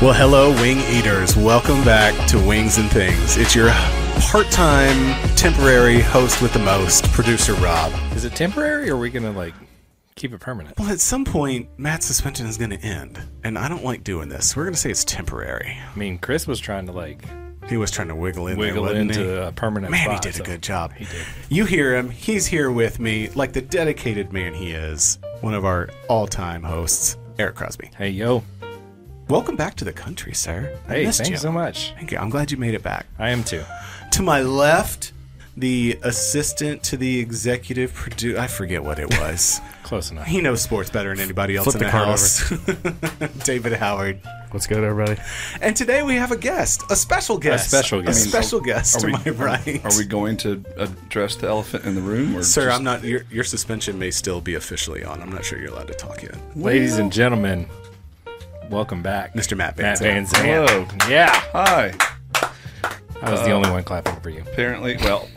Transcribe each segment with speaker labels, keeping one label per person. Speaker 1: Well, hello, wing eaters. Welcome back to Wings and Things. It's your part time, temporary host with the most, producer Rob.
Speaker 2: Is it temporary or are we going to like keep it permanent?
Speaker 1: Well, at some point, Matt's suspension is going to end, and I don't like doing this. We're going to say it's temporary.
Speaker 2: I mean, Chris was trying to like
Speaker 1: He was trying to wiggle in
Speaker 2: wiggle
Speaker 1: there, wasn't
Speaker 2: into
Speaker 1: he?
Speaker 2: a permanent
Speaker 1: Man,
Speaker 2: spot,
Speaker 1: he did
Speaker 2: so-
Speaker 1: a good job.
Speaker 2: He did.
Speaker 1: You hear him. He's here with me, like the dedicated man he is, one of our all time hosts, Eric Crosby.
Speaker 2: Hey, yo.
Speaker 1: Welcome back to the country, sir. I
Speaker 2: Hey,
Speaker 1: missed
Speaker 2: thanks
Speaker 1: you.
Speaker 2: so much.
Speaker 1: Thank you. I'm glad you made it back.
Speaker 2: I am too.
Speaker 1: To my left, the assistant to the executive producer. I forget what it was.
Speaker 2: Close enough.
Speaker 1: he knows sports better than anybody else
Speaker 3: Flip
Speaker 1: in
Speaker 3: the
Speaker 1: the,
Speaker 3: card
Speaker 1: house. David Howard.
Speaker 3: What's good, everybody?
Speaker 1: And today we have a guest, a special guest,
Speaker 2: special guest.
Speaker 1: a special guest to
Speaker 4: we-
Speaker 1: my right.
Speaker 4: Are we going to address the elephant in the room? Or
Speaker 1: Sir,
Speaker 4: just-
Speaker 1: I'm not. Your, your suspension may still be officially on. I'm not sure you're allowed to talk yet.
Speaker 2: Ladies and gentlemen, welcome back.
Speaker 1: Mr. Matt
Speaker 2: Matt Van
Speaker 1: Van
Speaker 2: Zandt.
Speaker 4: Hello.
Speaker 2: Yeah.
Speaker 4: Hi.
Speaker 2: I was the
Speaker 1: Uh,
Speaker 2: only one clapping for you.
Speaker 4: Apparently, well,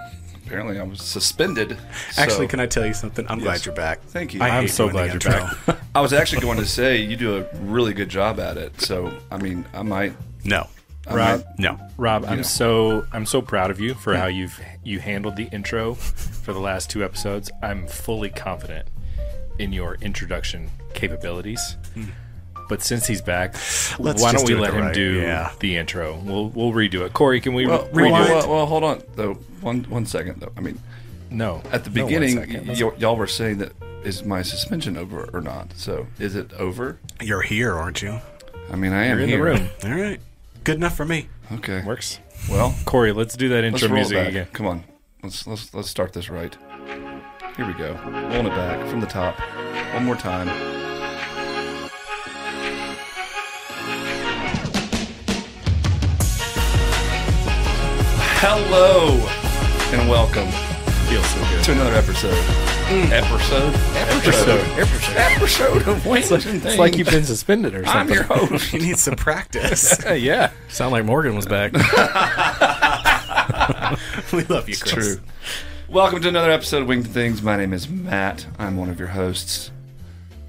Speaker 4: apparently I was suspended. so-
Speaker 1: Actually, can I tell you something? I'm glad
Speaker 4: Yes.
Speaker 1: you're back.
Speaker 4: Thank you.
Speaker 1: I
Speaker 4: I'm
Speaker 1: hate
Speaker 2: so
Speaker 1: doing the
Speaker 2: glad you're
Speaker 1: intro.
Speaker 4: I was actually going to say you do a really good job at it. So, I mean, I might.
Speaker 1: no,
Speaker 4: I
Speaker 2: Rob.
Speaker 4: might-
Speaker 1: no.
Speaker 2: Rob, I'm so I'm so proud of you for how you've you handled the intro for the last two episodes. I'm fully confident in your introduction capabilities.
Speaker 4: Hmm.
Speaker 2: But since he's back,
Speaker 1: Let's
Speaker 2: why
Speaker 1: just
Speaker 2: don't we
Speaker 1: do it
Speaker 2: let
Speaker 1: the
Speaker 2: him
Speaker 1: right-
Speaker 2: do
Speaker 1: yeah.
Speaker 2: the intro? We'll we'll redo it. Corey, can we
Speaker 4: well, well,
Speaker 2: redo it?
Speaker 4: well, well, hold on though. One one second though. I mean,
Speaker 2: No.
Speaker 4: at the
Speaker 2: No, one
Speaker 4: beginning,
Speaker 2: second.
Speaker 4: y- y'all were saying that is my suspension over or not? So, is it over?
Speaker 1: You're here, aren't you?
Speaker 4: I mean, I am
Speaker 2: You're in the
Speaker 4: here.
Speaker 2: room.
Speaker 1: All right. Good enough for me.
Speaker 4: Okay.
Speaker 2: Works.
Speaker 4: Well,
Speaker 2: Corey, let's do that
Speaker 4: Let's
Speaker 2: intro
Speaker 4: roll it
Speaker 2: music
Speaker 4: back.
Speaker 2: again.
Speaker 4: Come on, let's let's let's start this right. Here we go. Rolling it back from the top. One more time. Hello and welcome
Speaker 2: Feels so good.
Speaker 4: to another episode. Episode. Mm. Episode. Episode. Episode of Wings and
Speaker 2: It's like you've been suspended or
Speaker 4: I'm
Speaker 2: something.
Speaker 4: your host.
Speaker 1: You need some practice.
Speaker 2: Hey, yeah.
Speaker 3: Sound like Morgan was back.
Speaker 1: we love you, Chris.
Speaker 4: True. Welcome to another episode of Winged Things. My name is Matt. I'm one of your hosts.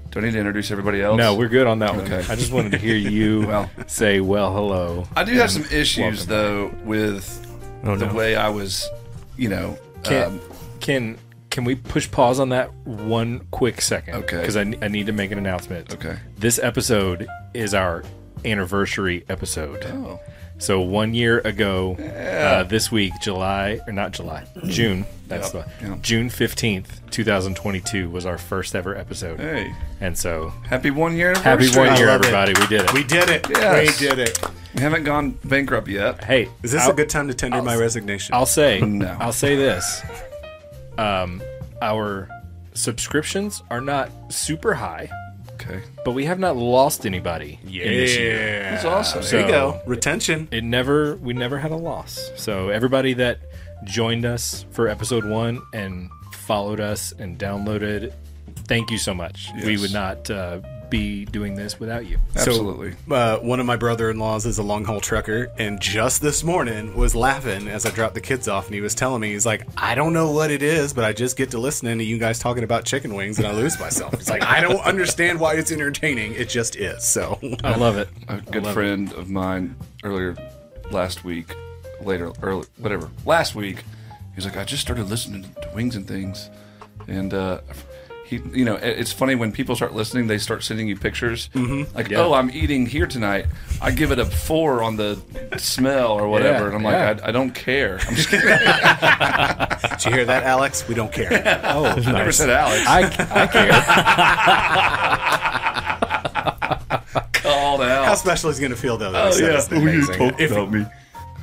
Speaker 4: Do I need to introduce everybody else?
Speaker 2: No, we're good on that one.
Speaker 4: Okay.
Speaker 2: I just wanted to hear you
Speaker 4: Well.
Speaker 2: say, well, hello.
Speaker 4: I do have some issues though with
Speaker 3: Oh,
Speaker 4: the
Speaker 3: no.
Speaker 4: way I was, you know.
Speaker 2: Can
Speaker 4: Um,
Speaker 2: can can we push pause on that one quick second?
Speaker 4: Okay.
Speaker 2: Because I, ne- I need to make an announcement.
Speaker 4: Okay.
Speaker 2: This episode is our anniversary episode.
Speaker 4: oh,
Speaker 2: So one year ago, uh, this week, July or not July, June. That's
Speaker 4: Yep,
Speaker 2: the
Speaker 4: yep.
Speaker 2: June fifteenth, two thousand twenty-two was our first ever episode.
Speaker 4: hey,
Speaker 2: And so,
Speaker 4: happy one year
Speaker 2: happy
Speaker 4: anniversary!
Speaker 2: one year,
Speaker 1: love it.
Speaker 2: everybody. We did it.
Speaker 1: We did it.
Speaker 4: Yes.
Speaker 1: We did it.
Speaker 4: We haven't gone bankrupt yet.
Speaker 2: hey,
Speaker 1: Is this
Speaker 2: I'll-
Speaker 1: a good time to tender my resignation?
Speaker 2: I'll say,
Speaker 4: No.
Speaker 2: I'll say this. Um, our subscriptions are not super high,
Speaker 4: Okay,
Speaker 2: but we have not lost anybody. in this year.
Speaker 4: that's awesome.
Speaker 1: There
Speaker 2: So-
Speaker 1: you go. Retention.
Speaker 2: It never, we never had a loss. So everybody that joined us for episode one and followed us and downloaded, thank you so much. We
Speaker 4: Yes.
Speaker 2: would not uh, be doing this without you.
Speaker 4: Absolutely.
Speaker 1: So, uh, one of my brother-in-laws is a long haul trucker, and just this morning was laughing as I dropped the kids off, and he was telling me, he's like, I don't know what it is, but I just get to listening to you guys talking about chicken wings, and I lose myself. He's like, I don't understand why it's entertaining. It just is. So
Speaker 2: I love it.
Speaker 4: a Oh, good
Speaker 2: love
Speaker 4: friend of mine earlier last week, later, early, whatever, last week, he's like, I just started listening to Wings and Things. And, uh, he, you know, it- it's funny when people start listening, they start sending you pictures. Mm-hmm. Like,
Speaker 2: Yeah.
Speaker 4: oh, I'm eating here tonight. I give it a four on the smell or whatever.
Speaker 2: Yeah,
Speaker 4: and I'm
Speaker 2: yeah.
Speaker 4: like, I, I don't care. I'm just kidding.
Speaker 1: did you hear that, Alex? We don't care.
Speaker 2: Oh,
Speaker 4: I never
Speaker 2: nice.
Speaker 4: said Alex.
Speaker 2: I, I care.
Speaker 4: called
Speaker 1: How
Speaker 4: out.
Speaker 1: special he's gonna feel though? that he said it's
Speaker 4: Oh, you
Speaker 1: amazing.
Speaker 4: talked
Speaker 1: If-
Speaker 4: about me.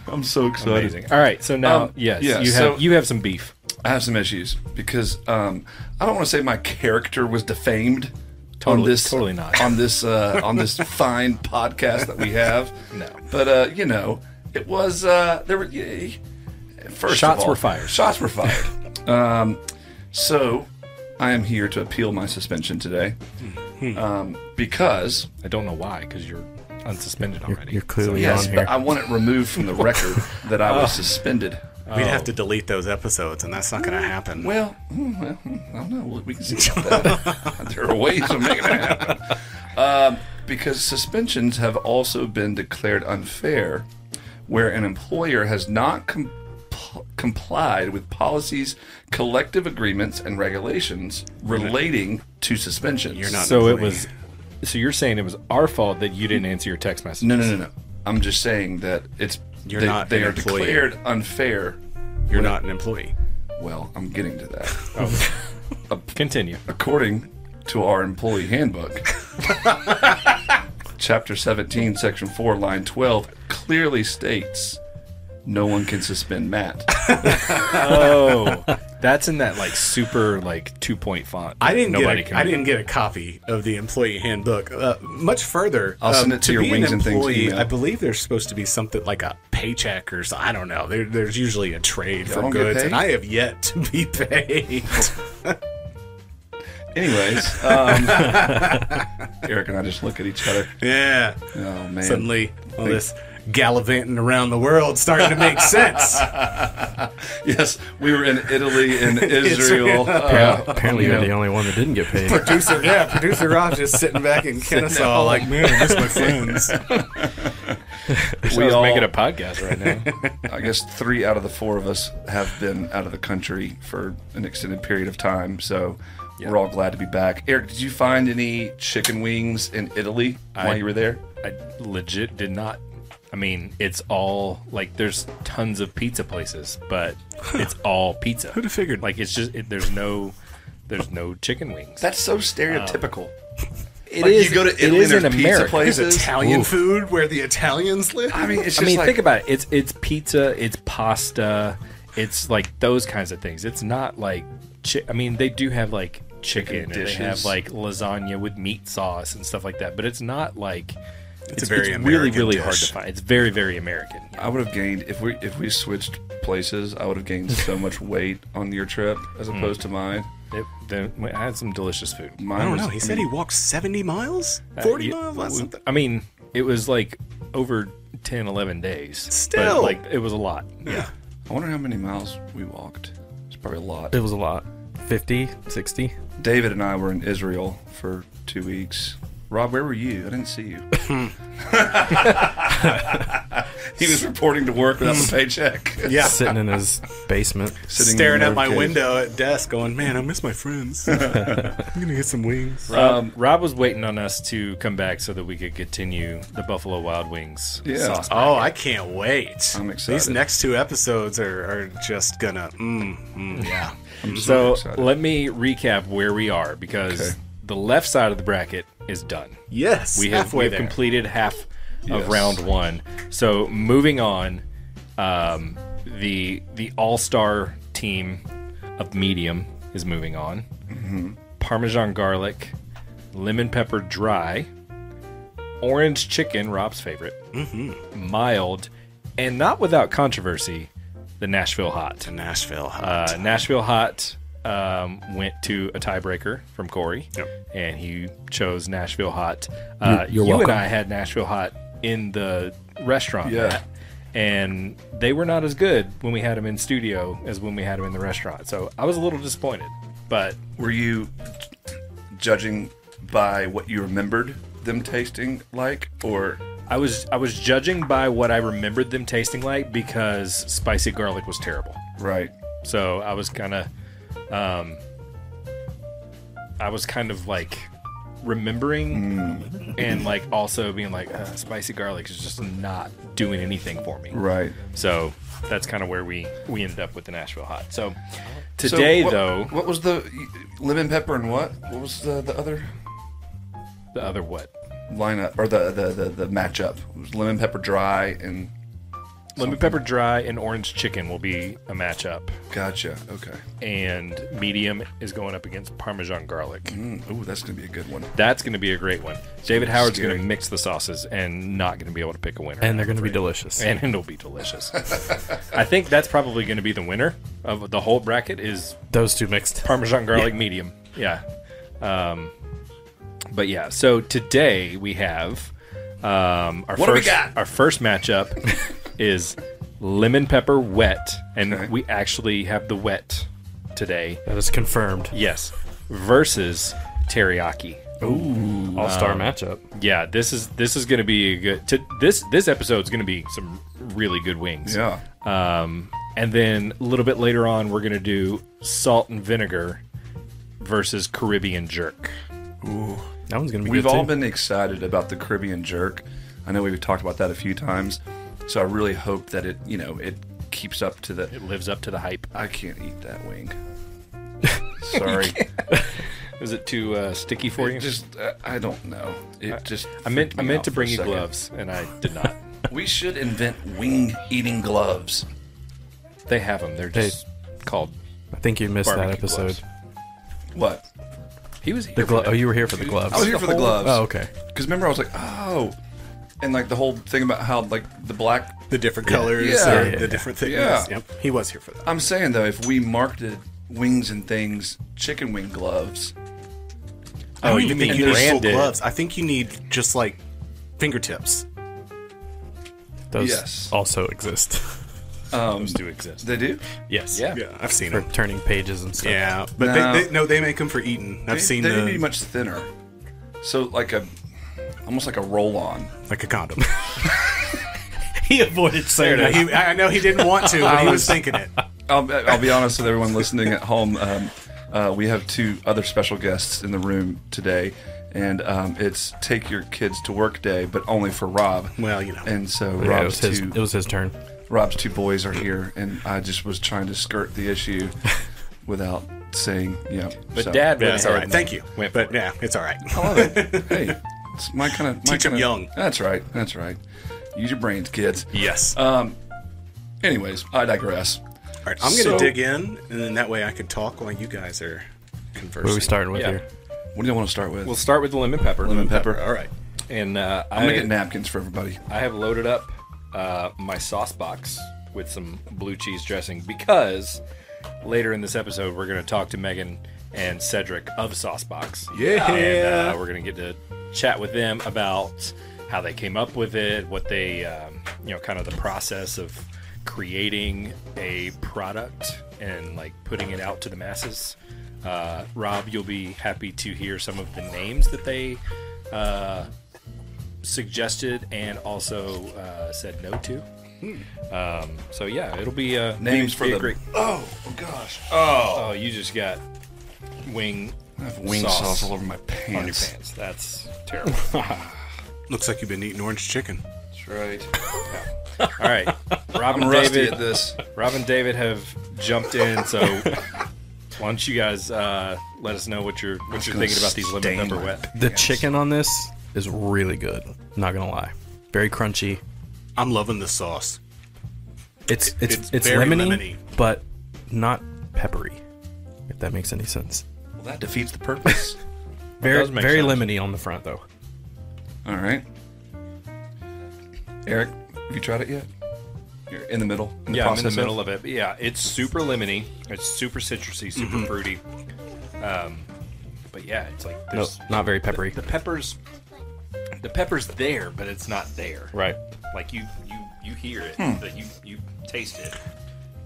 Speaker 4: I'm so excited.
Speaker 2: Amazing. All right. So now,
Speaker 4: Um,
Speaker 2: yes,
Speaker 4: yeah,
Speaker 2: you have
Speaker 4: so-
Speaker 2: you have some beef.
Speaker 4: I have some issues because um, I don't want to say my character was defamed on
Speaker 2: Totally-
Speaker 4: this
Speaker 2: totally not.
Speaker 4: on this uh, on this fine podcast that we have.
Speaker 2: No.
Speaker 4: but uh, you know, it was uh, there were y- first of
Speaker 2: Shots
Speaker 4: all-
Speaker 2: were fired.
Speaker 4: Shots were fired. um, so I am here to appeal my suspension today
Speaker 2: Hmm.
Speaker 4: um, because
Speaker 2: I don't know why, because you're unsuspended already.
Speaker 3: You're clearly
Speaker 4: yes,
Speaker 3: on here.
Speaker 4: but I want it removed from the record that I
Speaker 2: Oh.
Speaker 4: was suspended.
Speaker 1: We'd have to delete those episodes, and that's not gonna happen.
Speaker 4: Well, mm, well, I don't know. We- We can see about that. there are ways of making it happen. Um, because suspensions have also been declared unfair where an employer has not com- complied with policies, collective agreements, and regulations relating to suspensions.
Speaker 1: You're not-
Speaker 2: So it
Speaker 1: Honestly.
Speaker 2: was. So you're saying it was our fault that you didn't answer your text message?
Speaker 4: No, no, no, no. I'm just saying that it's
Speaker 1: You're
Speaker 4: they,
Speaker 1: not
Speaker 4: they
Speaker 1: an
Speaker 4: are
Speaker 1: employee.
Speaker 4: declared unfair.
Speaker 1: You're not an employee.
Speaker 4: Well, I'm getting to that.
Speaker 2: Continue.
Speaker 4: According to our employee handbook, Chapter 17, Section 4, Line 12 clearly states no one can suspend Matt.
Speaker 2: Oh, that's in that like super like two point font.
Speaker 1: I didn't
Speaker 2: Nobody
Speaker 1: get
Speaker 2: can
Speaker 1: a, I didn't get a copy of the employee handbook. Uh, much further, um,
Speaker 4: I'll send it to your
Speaker 1: be an
Speaker 4: Wings and Things
Speaker 1: employee,
Speaker 4: email.
Speaker 1: I believe there's supposed to be something like a paycheck or so, I don't know. There, there's usually a trade for
Speaker 4: don't get
Speaker 1: goods,
Speaker 4: paid? Oh.
Speaker 1: and I have yet to be paid.
Speaker 4: Anyways, um, Eric and I just look at each other.
Speaker 1: yeah,
Speaker 4: Oh, man.
Speaker 1: suddenly all this gallivanting around the world starting to make sense.
Speaker 4: Yes, we were in Italy and Israel. Uh,
Speaker 3: Apparently,
Speaker 4: you
Speaker 3: you're
Speaker 4: know,
Speaker 3: the only one that didn't get paid.
Speaker 1: producer, yeah, producer Rob just sitting back in Kennesaw, like, man, I miss my friends.
Speaker 4: we all,
Speaker 2: making a podcast right now.
Speaker 4: I guess three out of the four of us have been out of the country for an extended period of time, so we're all glad to be back. Eric, did you find any chicken wings in Italy while you were there?
Speaker 2: I legit did not. I mean, it's all like there's tons of pizza places, but it's all pizza. Who'd
Speaker 1: have figured?
Speaker 2: Like it's just it, there's no there's no chicken wings.
Speaker 4: That's so stereotypical.
Speaker 1: Um,
Speaker 2: It
Speaker 4: Like, you go to Italy and there's pizza
Speaker 1: There's
Speaker 4: places.
Speaker 1: Italian
Speaker 2: Ooh.
Speaker 1: food where the Italians live.
Speaker 4: I mean, it's just
Speaker 2: I mean,
Speaker 4: like,
Speaker 2: think about it. It's it's pizza, it's pasta, it's like those kinds of things. It's not like chi- I mean, they do have like chicken,
Speaker 4: Chicken
Speaker 2: and they
Speaker 4: dishes.
Speaker 2: have like lasagna with meat sauce and stuff like that, but it's not like
Speaker 1: It's a very
Speaker 2: really
Speaker 1: American
Speaker 2: really hard
Speaker 1: dish.
Speaker 2: to find. It's very very American.
Speaker 4: I would have gained if we if we switched places. I would have gained so much weight on your trip as opposed to mine.
Speaker 2: It, they, I had some delicious food.
Speaker 4: Mine
Speaker 1: Hmm. I don't
Speaker 4: was-
Speaker 1: know. He
Speaker 4: I
Speaker 1: said
Speaker 4: mean,
Speaker 1: he walked 70 miles?
Speaker 2: Uh,
Speaker 1: 40
Speaker 2: you-
Speaker 1: miles? That's something.
Speaker 2: I mean, it was like over 10, 11 days.
Speaker 1: Still.
Speaker 2: But like, it was a lot. Yeah.
Speaker 4: I wonder how many miles we walked. It's probably a lot.
Speaker 3: It was a lot. 50, 60.
Speaker 4: David and I were in Israel for two weeks. Rob, where were you? I didn't see you. he was reporting to work without the paycheck.
Speaker 1: Hmm. Yeah.
Speaker 3: Sitting in his basement.
Speaker 4: Sitting in
Speaker 1: Staring out
Speaker 4: the
Speaker 1: my
Speaker 4: cave.
Speaker 1: window at desk going, man, I miss my friends. I'm going to get some wings.
Speaker 2: Rob, Um, Rob was waiting on us to come back so that we could continue the Buffalo Wild Wings
Speaker 4: Yeah.
Speaker 2: sauce.
Speaker 1: Oh, I can't wait.
Speaker 4: I'm
Speaker 1: These
Speaker 4: excited.
Speaker 1: next two episodes are, are just going to, mm, mm, yeah.
Speaker 2: so
Speaker 4: excited.
Speaker 2: let me recap where we are because
Speaker 4: Okay.
Speaker 2: the left side of the bracket is done.
Speaker 1: Yes.
Speaker 2: We have,
Speaker 1: halfway
Speaker 2: we have
Speaker 1: there.
Speaker 2: completed half
Speaker 4: Yes.
Speaker 2: of round one. So moving on, um, the the all star team of medium is moving on.
Speaker 1: Mm-hmm.
Speaker 2: Parmesan garlic, lemon pepper dry, orange chicken, Rob's favorite,
Speaker 1: Mm-hmm.
Speaker 2: mild, and not without controversy, the Nashville hot.
Speaker 1: to Nashville. huh?
Speaker 2: Uh, Nashville Hot um, went to a tiebreaker from Corey, and he chose Nashville Hot. Uh,
Speaker 3: You're- you're
Speaker 2: you
Speaker 3: welcome.
Speaker 2: and I had Nashville Hot in the restaurant,
Speaker 4: Yeah.
Speaker 2: Matt, and they were not as good when we had them in studio as when we had them in the restaurant. So I was a little disappointed, but
Speaker 4: Were you judging by what you remembered them tasting like, or
Speaker 2: I was I was judging by what I remembered them tasting like because spicy garlic was terrible.
Speaker 4: right?
Speaker 2: So I was kind of, um, I was kind of like remembering
Speaker 4: Mm.
Speaker 2: and like also being like uh, spicy garlic is just not doing anything for me.
Speaker 4: Right.
Speaker 2: So that's kind of where we we ended up with the Nashville hot. So today
Speaker 4: what,
Speaker 2: though,
Speaker 4: what was the lemon pepper and what? What was the the other?
Speaker 2: the other what?
Speaker 4: lineup or the the the, the matchup it was lemon pepper dry and
Speaker 2: Lemon pepper dry and orange chicken will be a matchup,
Speaker 4: gotcha okay
Speaker 2: and medium is going up against Parmesan garlic.
Speaker 4: mm, ooh that's gonna be a good one
Speaker 2: That's going to be a great one. David Howard's going
Speaker 4: Scary.
Speaker 2: to mix the sauces and not going to be able to pick a winner.
Speaker 3: And they're going to be delicious.
Speaker 2: and it'll be delicious. I think that's probably going to be the winner of the whole bracket is
Speaker 3: Those two mixed.
Speaker 2: Parmesan garlic medium. Yeah. Um, but yeah, so today we have um, our
Speaker 4: What do we
Speaker 2: first
Speaker 4: got?
Speaker 2: our first matchup is lemon pepper wet, and
Speaker 4: Okay.
Speaker 2: we actually have the wet today.
Speaker 3: That is confirmed.
Speaker 2: Yes, versus teriyaki.
Speaker 3: All star matchup.
Speaker 2: Yeah, this is this is going to be a good. To, this this episode is going to be some really good wings.
Speaker 4: Yeah.
Speaker 2: Um, and then a little bit later on, we're going to do salt and vinegar versus Caribbean jerk.
Speaker 3: That one's gonna be
Speaker 4: We've
Speaker 3: good
Speaker 4: all
Speaker 3: too.
Speaker 4: been excited about the Caribbean jerk. I know we've talked about that a few times. So I really hope that it, you know, it keeps up to the.
Speaker 2: It lives up to the hype.
Speaker 4: I can't eat that wing. Sorry,
Speaker 2: Is it too uh, sticky for you?
Speaker 4: it just uh, I don't know. It just
Speaker 2: I meant
Speaker 4: freaked
Speaker 2: I
Speaker 4: me
Speaker 2: meant
Speaker 4: out
Speaker 2: to
Speaker 4: for a
Speaker 2: bring you
Speaker 4: second.
Speaker 2: gloves, and I did not.
Speaker 4: We should invent wing eating gloves.
Speaker 2: they have them. They're just called.
Speaker 3: I think you missed that
Speaker 2: barbecue
Speaker 3: episode.
Speaker 2: gloves.
Speaker 4: What?
Speaker 2: He was here
Speaker 3: The
Speaker 2: for
Speaker 3: glo-
Speaker 2: that.
Speaker 3: oh, you were here for the gloves.
Speaker 4: I was here for the gloves.
Speaker 3: Oh, okay.
Speaker 4: Because remember, I was like, oh, and like the whole thing about how like the black.
Speaker 1: The different colors,
Speaker 4: Yeah.
Speaker 1: or
Speaker 4: Yeah,
Speaker 3: yeah,
Speaker 1: the different things.
Speaker 4: Yeah.
Speaker 1: Yep. He was here for that.
Speaker 4: I'm saying though, if we marketed wings and things chicken wing gloves,
Speaker 1: I don't
Speaker 2: Oh,
Speaker 1: even
Speaker 2: you
Speaker 1: think
Speaker 2: mean
Speaker 1: you need full
Speaker 2: branded.
Speaker 1: gloves. I think you need just like fingertips.
Speaker 3: Those
Speaker 4: Yes.
Speaker 3: also exist.
Speaker 2: Those do exist.
Speaker 4: they do.
Speaker 3: yes.
Speaker 2: yeah.
Speaker 1: Yeah, I've seen
Speaker 3: For
Speaker 1: them.
Speaker 3: turning pages and stuff.
Speaker 1: Yeah, but
Speaker 4: No.
Speaker 1: They, they no, they make them for eating. I've
Speaker 4: They,
Speaker 1: seen
Speaker 4: they
Speaker 1: the,
Speaker 4: need to be much thinner. So like a, almost like a roll on.
Speaker 1: like a condom.
Speaker 3: he avoided saying
Speaker 1: No, he- I I know he didn't want to, but he was thinking it.
Speaker 4: I'll, I'll be honest with everyone listening at home. Um, uh, we have two other special guests in the room today, and um, it's take your kids to work day, but only for Rob.
Speaker 1: Well, you know.
Speaker 4: And so
Speaker 3: Yeah, it,
Speaker 4: Rob's
Speaker 3: was his,
Speaker 4: two
Speaker 3: it was his turn.
Speaker 4: Rob's two boys are here, and I just was trying to skirt the issue without saying, yeah.
Speaker 2: But
Speaker 4: so-
Speaker 2: Dad
Speaker 1: Yeah,
Speaker 2: went
Speaker 1: it's
Speaker 2: ahead
Speaker 1: all right.
Speaker 2: and
Speaker 1: Thank you.
Speaker 2: Went
Speaker 1: But
Speaker 2: for it.
Speaker 1: yeah, it's all right.
Speaker 4: I love it. hey, it's my kind of my
Speaker 1: Teach 'em
Speaker 4: kinda-
Speaker 1: young.
Speaker 4: That's right. That's right. Use your brains, kids.
Speaker 1: Yes.
Speaker 4: Anyways, I digress.
Speaker 1: all right, I'm gonna
Speaker 4: so-
Speaker 1: dig in, and then that way I can talk while you guys are conversing.
Speaker 3: What are we starting with
Speaker 2: Yeah.
Speaker 3: here?
Speaker 4: What do you want to start with?
Speaker 2: We'll start with the lemon pepper.
Speaker 4: Lemon pepper.
Speaker 1: All right.
Speaker 2: And uh,
Speaker 4: I'm
Speaker 2: I,
Speaker 4: gonna get napkins for everybody.
Speaker 2: I have loaded up uh, my sauce box with some blue cheese dressing because later in this episode we're going to talk to Megan and Cedric of Saucebox.
Speaker 1: Yeah.
Speaker 2: and uh, we're going to get to chat with them about how they came up with it, what they, um, you know, kind of the process of creating a product and like putting it out to the masses. Uh, Rob, you'll be happy to hear some of the names that they uh, suggested and also uh, said no to. Um, so yeah, it'll be uh,
Speaker 4: Hmm. Names
Speaker 2: be
Speaker 4: for
Speaker 2: a
Speaker 4: the.
Speaker 2: great-
Speaker 4: Oh, oh gosh.
Speaker 2: Oh, you just got wing
Speaker 4: I have wing Oh, sauce,
Speaker 2: sauce,
Speaker 4: all over my pants.
Speaker 2: on your pants. That's terrible.
Speaker 1: Looks like you've been eating orange chicken.
Speaker 4: That's right.
Speaker 2: All right, Rob
Speaker 4: I'm
Speaker 2: and
Speaker 4: rusty
Speaker 2: David.
Speaker 4: at this.
Speaker 2: Rob and David have jumped in, so why don't you guys uh, let us know what you're what you're
Speaker 4: gonna
Speaker 2: thinking about these lemon
Speaker 4: stain
Speaker 2: pepper
Speaker 4: my
Speaker 2: wet?
Speaker 3: The chicken on this is really good. Not gonna lie, very crunchy.
Speaker 1: I'm loving the sauce.
Speaker 3: It's it's
Speaker 1: it's
Speaker 3: it's,
Speaker 1: very
Speaker 3: lemony,
Speaker 1: lemony.
Speaker 3: but not peppery. If that makes any sense.
Speaker 4: Well, that defeats the purpose.
Speaker 3: Very
Speaker 2: does make
Speaker 3: very
Speaker 2: sense.
Speaker 3: lemony on the front though.
Speaker 4: all right. Eric, have you tried it yet? You're in the middle. In the
Speaker 2: Yeah, I'm in the
Speaker 4: process
Speaker 2: middle of it. But yeah, it's super lemony. It's super citrusy, super
Speaker 4: Mm-hmm.
Speaker 2: fruity. Um, but yeah, it's like
Speaker 3: No,
Speaker 2: there's
Speaker 3: not very peppery.
Speaker 2: the peppers. The pepper's there, but it's not there.
Speaker 3: Right.
Speaker 2: Like you you you hear it, but you you taste it.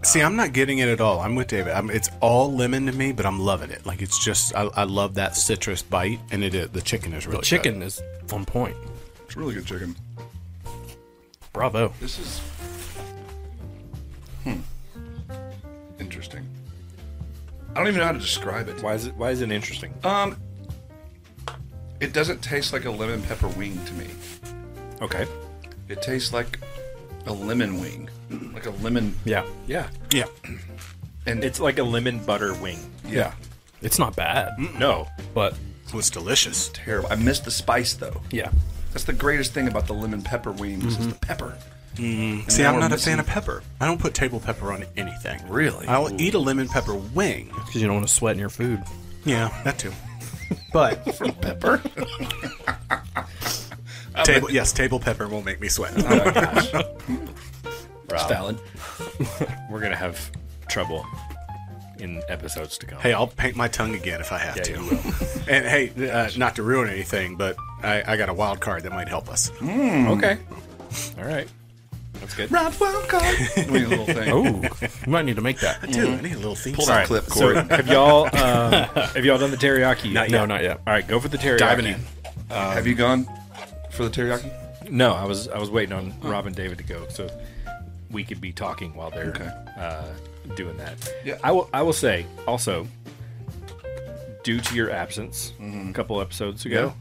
Speaker 1: See, I'm not getting it at all. I'm with David. I'm, it's all lemon to me, but I'm loving it. Like it's just, I, I love that citrus bite, and Oh, it is, the chicken is really good.
Speaker 3: Chicken is on point.
Speaker 4: It's really good chicken.
Speaker 3: Bravo.
Speaker 4: This is. Hmm. Interesting. I don't even know how to describe it.
Speaker 2: Why is it why is it interesting?
Speaker 4: Um. It doesn't taste like a lemon pepper wing to me.
Speaker 2: Okay.
Speaker 4: It tastes like a lemon wing, like a lemon.
Speaker 3: Yeah,
Speaker 2: Yeah.
Speaker 1: Yeah.
Speaker 4: And
Speaker 2: It's like a lemon butter wing.
Speaker 4: yeah,
Speaker 3: it's not bad,
Speaker 2: No.
Speaker 3: but
Speaker 1: It was delicious.
Speaker 4: terrible. I missed the spice though.
Speaker 3: yeah,
Speaker 4: That's the greatest thing about the lemon pepper wings is the pepper. And
Speaker 1: Mm-hmm. See,
Speaker 4: now
Speaker 1: I'm
Speaker 4: we're
Speaker 1: not a
Speaker 4: missing-
Speaker 1: fan of pepper. I don't put table pepper on anything.
Speaker 4: Really?
Speaker 1: I'll eat a lemon pepper wing.
Speaker 3: because you don't want to sweat in your food.
Speaker 1: Yeah, that too. But
Speaker 4: pepper.
Speaker 1: table, yes, table pepper won't make me sweat.
Speaker 4: Oh
Speaker 2: Rob,
Speaker 4: Salad.
Speaker 2: We're gonna have trouble in episodes to come.
Speaker 1: Hey, I'll paint my tongue again if I have
Speaker 2: Yeah,
Speaker 1: to.
Speaker 2: you will.
Speaker 1: And hey, uh, not to ruin anything, but I, I got a wild card that might help us.
Speaker 2: Okay. Hmm. All right.
Speaker 5: That's good.
Speaker 4: Round wild card. We need a little thing.
Speaker 3: Oh, you might need to make that.
Speaker 1: Dude, I need a little theme
Speaker 5: Pull
Speaker 1: song.
Speaker 5: that clip,
Speaker 2: So
Speaker 5: Corey.
Speaker 2: have y'all um, have y'all done the teriyaki?
Speaker 1: Not
Speaker 3: No,
Speaker 1: Yeah.
Speaker 3: not yet.
Speaker 2: All right, go for the teriyaki.
Speaker 1: Diving in.
Speaker 4: Have you gone for the teriyaki?
Speaker 2: No, I was I was waiting on Rob and David to go, so we could be talking while they're
Speaker 4: Okay.
Speaker 2: uh, doing that.
Speaker 4: Yeah.
Speaker 2: I will. I will say also, due to your absence
Speaker 4: Mm-hmm.
Speaker 2: a couple episodes ago,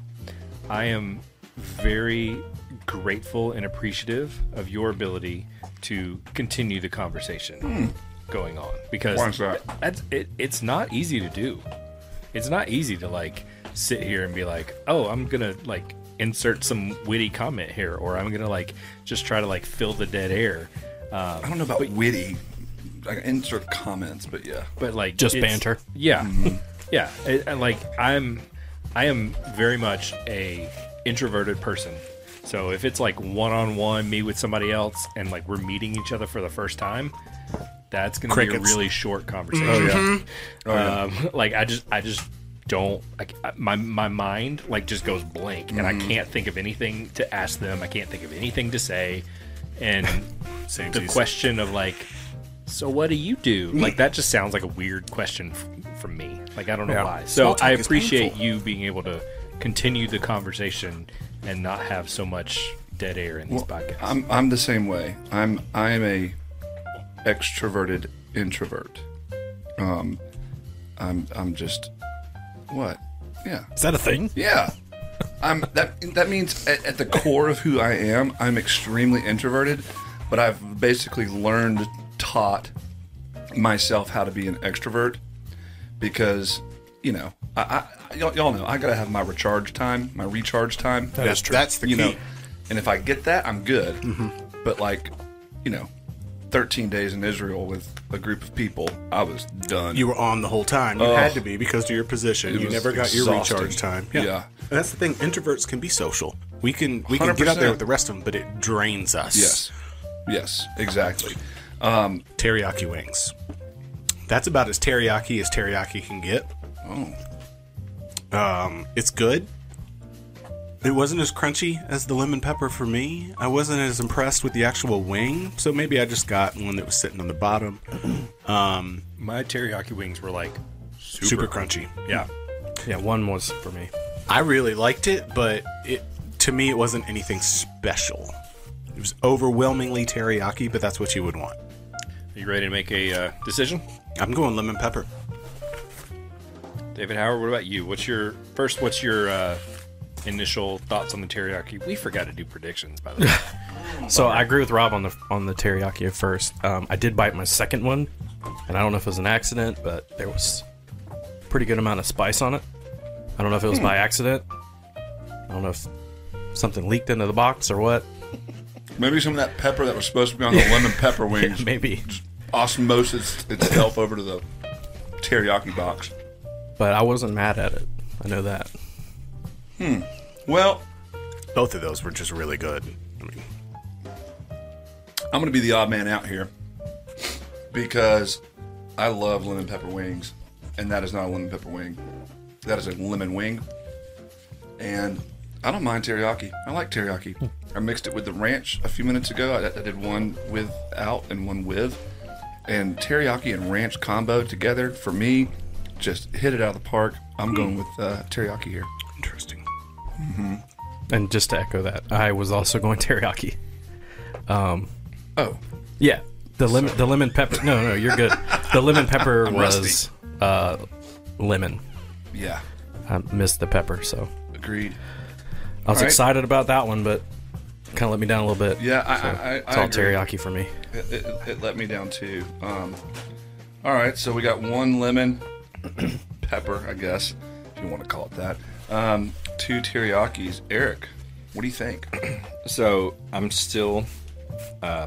Speaker 2: I am very grateful and appreciative of your ability to continue the conversation going on because
Speaker 4: Why is that?
Speaker 2: that's it, it's not easy to do. It's not easy to like sit here and be like, "Oh, I'm going to like insert some witty comment here or I'm going to like just try to like fill the dead air." Um,
Speaker 4: I don't know about witty. I insert comments, but yeah.
Speaker 2: but like
Speaker 3: Just
Speaker 2: it's-
Speaker 3: banter.
Speaker 2: Yeah, yeah. I- I like I'm, I am very much a introverted person. So if it's like one on one, me with somebody else, and like we're meeting each other for the first time, that's gonna be a
Speaker 1: Crickets.
Speaker 2: really short
Speaker 3: Mm-hmm.
Speaker 2: conversation. Um, like I just, I just don't like I- my my mind like just goes blank and I can't think of anything to ask them. I can't think of anything to say, and
Speaker 1: Same
Speaker 2: the
Speaker 1: piece.
Speaker 2: question of like, so what do you do? Like that just sounds like a weird question f- from me. Like I don't know
Speaker 3: Yeah.
Speaker 2: why.
Speaker 1: Small
Speaker 2: So
Speaker 1: talk
Speaker 2: I
Speaker 1: is
Speaker 2: appreciate
Speaker 1: painful.
Speaker 2: you being able to continue the conversation and not have so much dead air in these podcasts.
Speaker 1: uh,
Speaker 4: I'm I'm the same way. I'm I'm a extroverted introvert. Um, I'm I'm just what? Yeah,
Speaker 3: Is that a thing?
Speaker 4: yeah. I'm that that means at, at the core of who I am, I'm extremely introverted, but I've basically learned taught myself how to be an extrovert because you know I, I y'all, y'all know I gotta have my recharge time, my recharge time
Speaker 1: that's, that's the
Speaker 4: you
Speaker 1: key. Mm-hmm.
Speaker 4: know and if i get that i'm good but like you know 13 days in israel with a group of people i was done
Speaker 1: You were on the whole time. You had to be because of your position.
Speaker 4: It
Speaker 1: you
Speaker 4: was
Speaker 1: never got
Speaker 4: exhausting.
Speaker 1: your recharge time.
Speaker 4: Yeah.
Speaker 1: And that's the thing. Introverts can be social. We can we can get out there
Speaker 4: 100%.
Speaker 1: with the rest of them, but it drains us.
Speaker 4: yes yes exactly
Speaker 1: Teriyaki wings. That's about as teriyaki as teriyaki can get. Um,
Speaker 4: oh
Speaker 1: It's good. It wasn't as crunchy as the lemon pepper for me. I wasn't as impressed with the actual wing, so maybe I just got one that was sitting on the bottom. Um,
Speaker 2: My teriyaki wings were like,
Speaker 1: Super, crunchy.
Speaker 2: yeah,
Speaker 3: Yeah, one was for me.
Speaker 1: I really liked it, but it to me it wasn't anything special. It was overwhelmingly teriyaki, but that's what you would want.
Speaker 2: you ready to make a uh, decision?
Speaker 1: I'm going lemon pepper.
Speaker 2: David Howard, what about you? What's your first? What's your uh, initial thoughts on the teriyaki? We forgot to do predictions, by the way.
Speaker 3: So I agree with Rob on the on the teriyaki at first. Um, I did bite my second one, and I don't know if it was an accident, but there was pretty good amount of spice on it. I don't know if it was by accident. I don't know if something leaked into the box or what.
Speaker 4: maybe some of that pepper that was supposed to be on the lemon pepper wings
Speaker 3: Maybe.
Speaker 4: osmosis itself over to the teriyaki box
Speaker 3: But I wasn't mad at it. I know that.
Speaker 4: well
Speaker 1: Both of those were just really good. I mean,
Speaker 4: i'm gonna be the odd man out here because i love lemon pepper wings and that is not a lemon pepper wing that is a lemon wing and I don't mind teriyaki. I like teriyaki. I mixed it with the ranch a few minutes ago. I, I did one without and one with, and teriyaki and ranch combo together for me just hit it out of the park. I'm going with uh, teriyaki here.
Speaker 1: interesting.
Speaker 3: And just to echo that, I was also going teriyaki.
Speaker 4: Oh,
Speaker 3: Yeah, the lemon, the lemon pepper. No, no, you're good. The lemon pepper was
Speaker 4: rusty.
Speaker 3: uh, lemon.
Speaker 4: yeah,
Speaker 3: I missed the pepper, so
Speaker 4: agreed.
Speaker 3: I was
Speaker 4: All right.
Speaker 3: excited about that one, but kind of let me down a little bit.
Speaker 4: Yeah, I, I, I,
Speaker 3: it's
Speaker 4: I
Speaker 3: all
Speaker 4: agree.
Speaker 3: teriyaki for me.
Speaker 4: It, it, it let me down too. Um, all right, so we got one lemon pepper, I guess, if you want to call it that. Um, two teriyakis. Eric, what do you think?
Speaker 5: So I'm still um,
Speaker 1: um,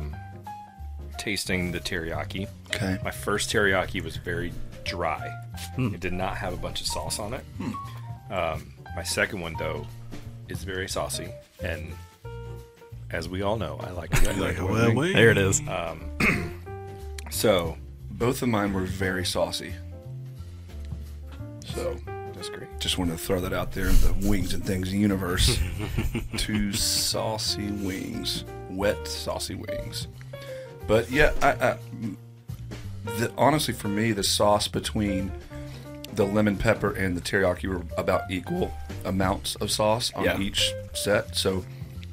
Speaker 5: tasting the teriyaki.
Speaker 4: Okay.
Speaker 5: My first teriyaki was very dry. It did not have a bunch of sauce on it. Um, my second one though is very saucy, and as we all know, I like it.
Speaker 1: Like, well, wait.
Speaker 3: There it is.
Speaker 5: so
Speaker 4: Both of mine were very saucy. So
Speaker 5: that's great.
Speaker 4: just wanted to throw that out there in the wings and things universe. Two saucy wings. wet saucy wings. But yeah, I, I, the, honestly, for me, the sauce between the lemon pepper and the teriyaki were about equal amounts of sauce on
Speaker 6: Yeah.
Speaker 4: each set. So,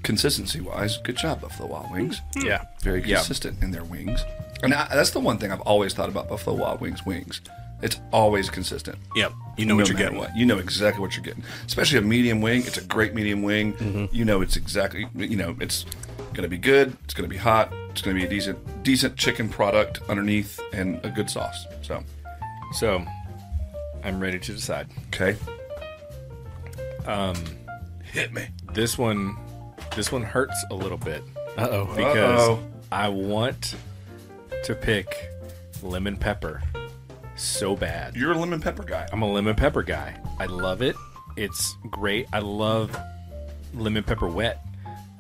Speaker 4: consistency wise, good job, Buffalo Wild Wings.
Speaker 3: Yeah.
Speaker 4: Very
Speaker 6: Mm-hmm. Yeah.
Speaker 4: consistent in their wings. And I, that's the one thing I've always thought about Buffalo Wild Wings wings. It's always consistent
Speaker 1: Yep. You know what
Speaker 4: no
Speaker 1: you're
Speaker 4: matter
Speaker 1: getting.
Speaker 4: What. You know exactly what you're getting. Especially a medium wing. It's a great medium wing.
Speaker 1: Mm-hmm.
Speaker 4: You know it's exactly. You know it's gonna be good. It's gonna be hot. It's gonna be a decent, decent chicken product underneath and a good sauce. So
Speaker 2: So, I'm ready to decide.
Speaker 4: okay, um,
Speaker 1: Um,
Speaker 4: hit me.
Speaker 2: This one, this one hurts a little bit
Speaker 3: Uh oh.
Speaker 2: because
Speaker 4: Uh-oh.
Speaker 2: I want to pick lemon pepper so bad.
Speaker 4: You're a lemon pepper guy.
Speaker 2: I'm a lemon pepper guy. I love it. It's great. I love lemon pepper wet.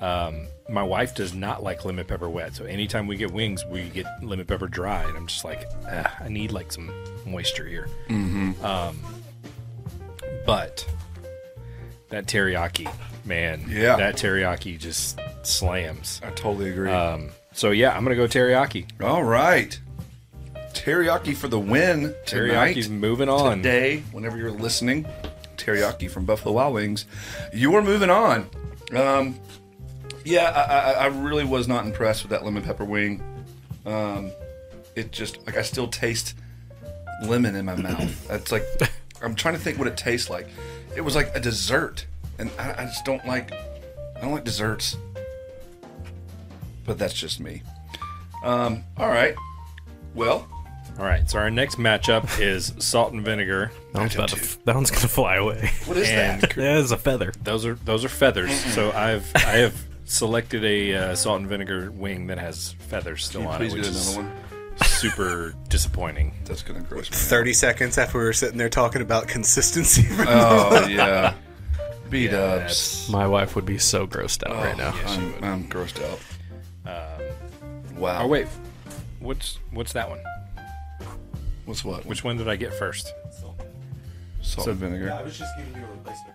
Speaker 2: Um, my wife does not like lemon pepper wet, so anytime we get wings, we get lemon pepper dry, and I'm just like, "Ah, I need like some moisture here. Mm-hmm. Um, but that teriyaki, man,
Speaker 4: Yeah.
Speaker 2: that teriyaki just slams.
Speaker 4: I totally agree.
Speaker 2: Um, so yeah, I'm gonna go teriyaki.
Speaker 4: All right, teriyaki for the win tonight.
Speaker 2: Teriyaki's moving on.
Speaker 4: today, whenever you're listening, teriyaki from Buffalo Wild Wings, you are moving on. Um, yeah, I, I, I really was not impressed with that lemon pepper wing. Um, it just like I still taste lemon in my mouth. It's like I'm trying to think what it tastes like. It was like a dessert, and I, I just don't like I don't like desserts. But that's just me. Um, all right. Well,
Speaker 2: All right, so our next matchup is salt and vinegar.
Speaker 3: That one's, about to, f- that one's gonna fly away.
Speaker 4: what is
Speaker 2: And-
Speaker 4: that?
Speaker 3: that is a feather.
Speaker 2: Those are those are feathers. So I've I have selected a uh, salt and vinegar wing that has feathers still on
Speaker 4: Please
Speaker 2: it,
Speaker 4: get
Speaker 2: which
Speaker 4: another
Speaker 2: is
Speaker 4: one.
Speaker 2: super disappointing.
Speaker 4: That's gonna gross me. out.
Speaker 1: 30 seconds after we were sitting there talking about consistency.
Speaker 4: Oh yeah, beat ups.
Speaker 2: That's-
Speaker 3: My wife would be so grossed out
Speaker 4: Oh,
Speaker 3: right now.
Speaker 4: I'm, I'm grossed out. wow.
Speaker 2: Oh wait, what's what's that one?
Speaker 4: What's what?
Speaker 2: Which one did I get first?
Speaker 4: salt and vinegar?
Speaker 1: was just giving you a replacement.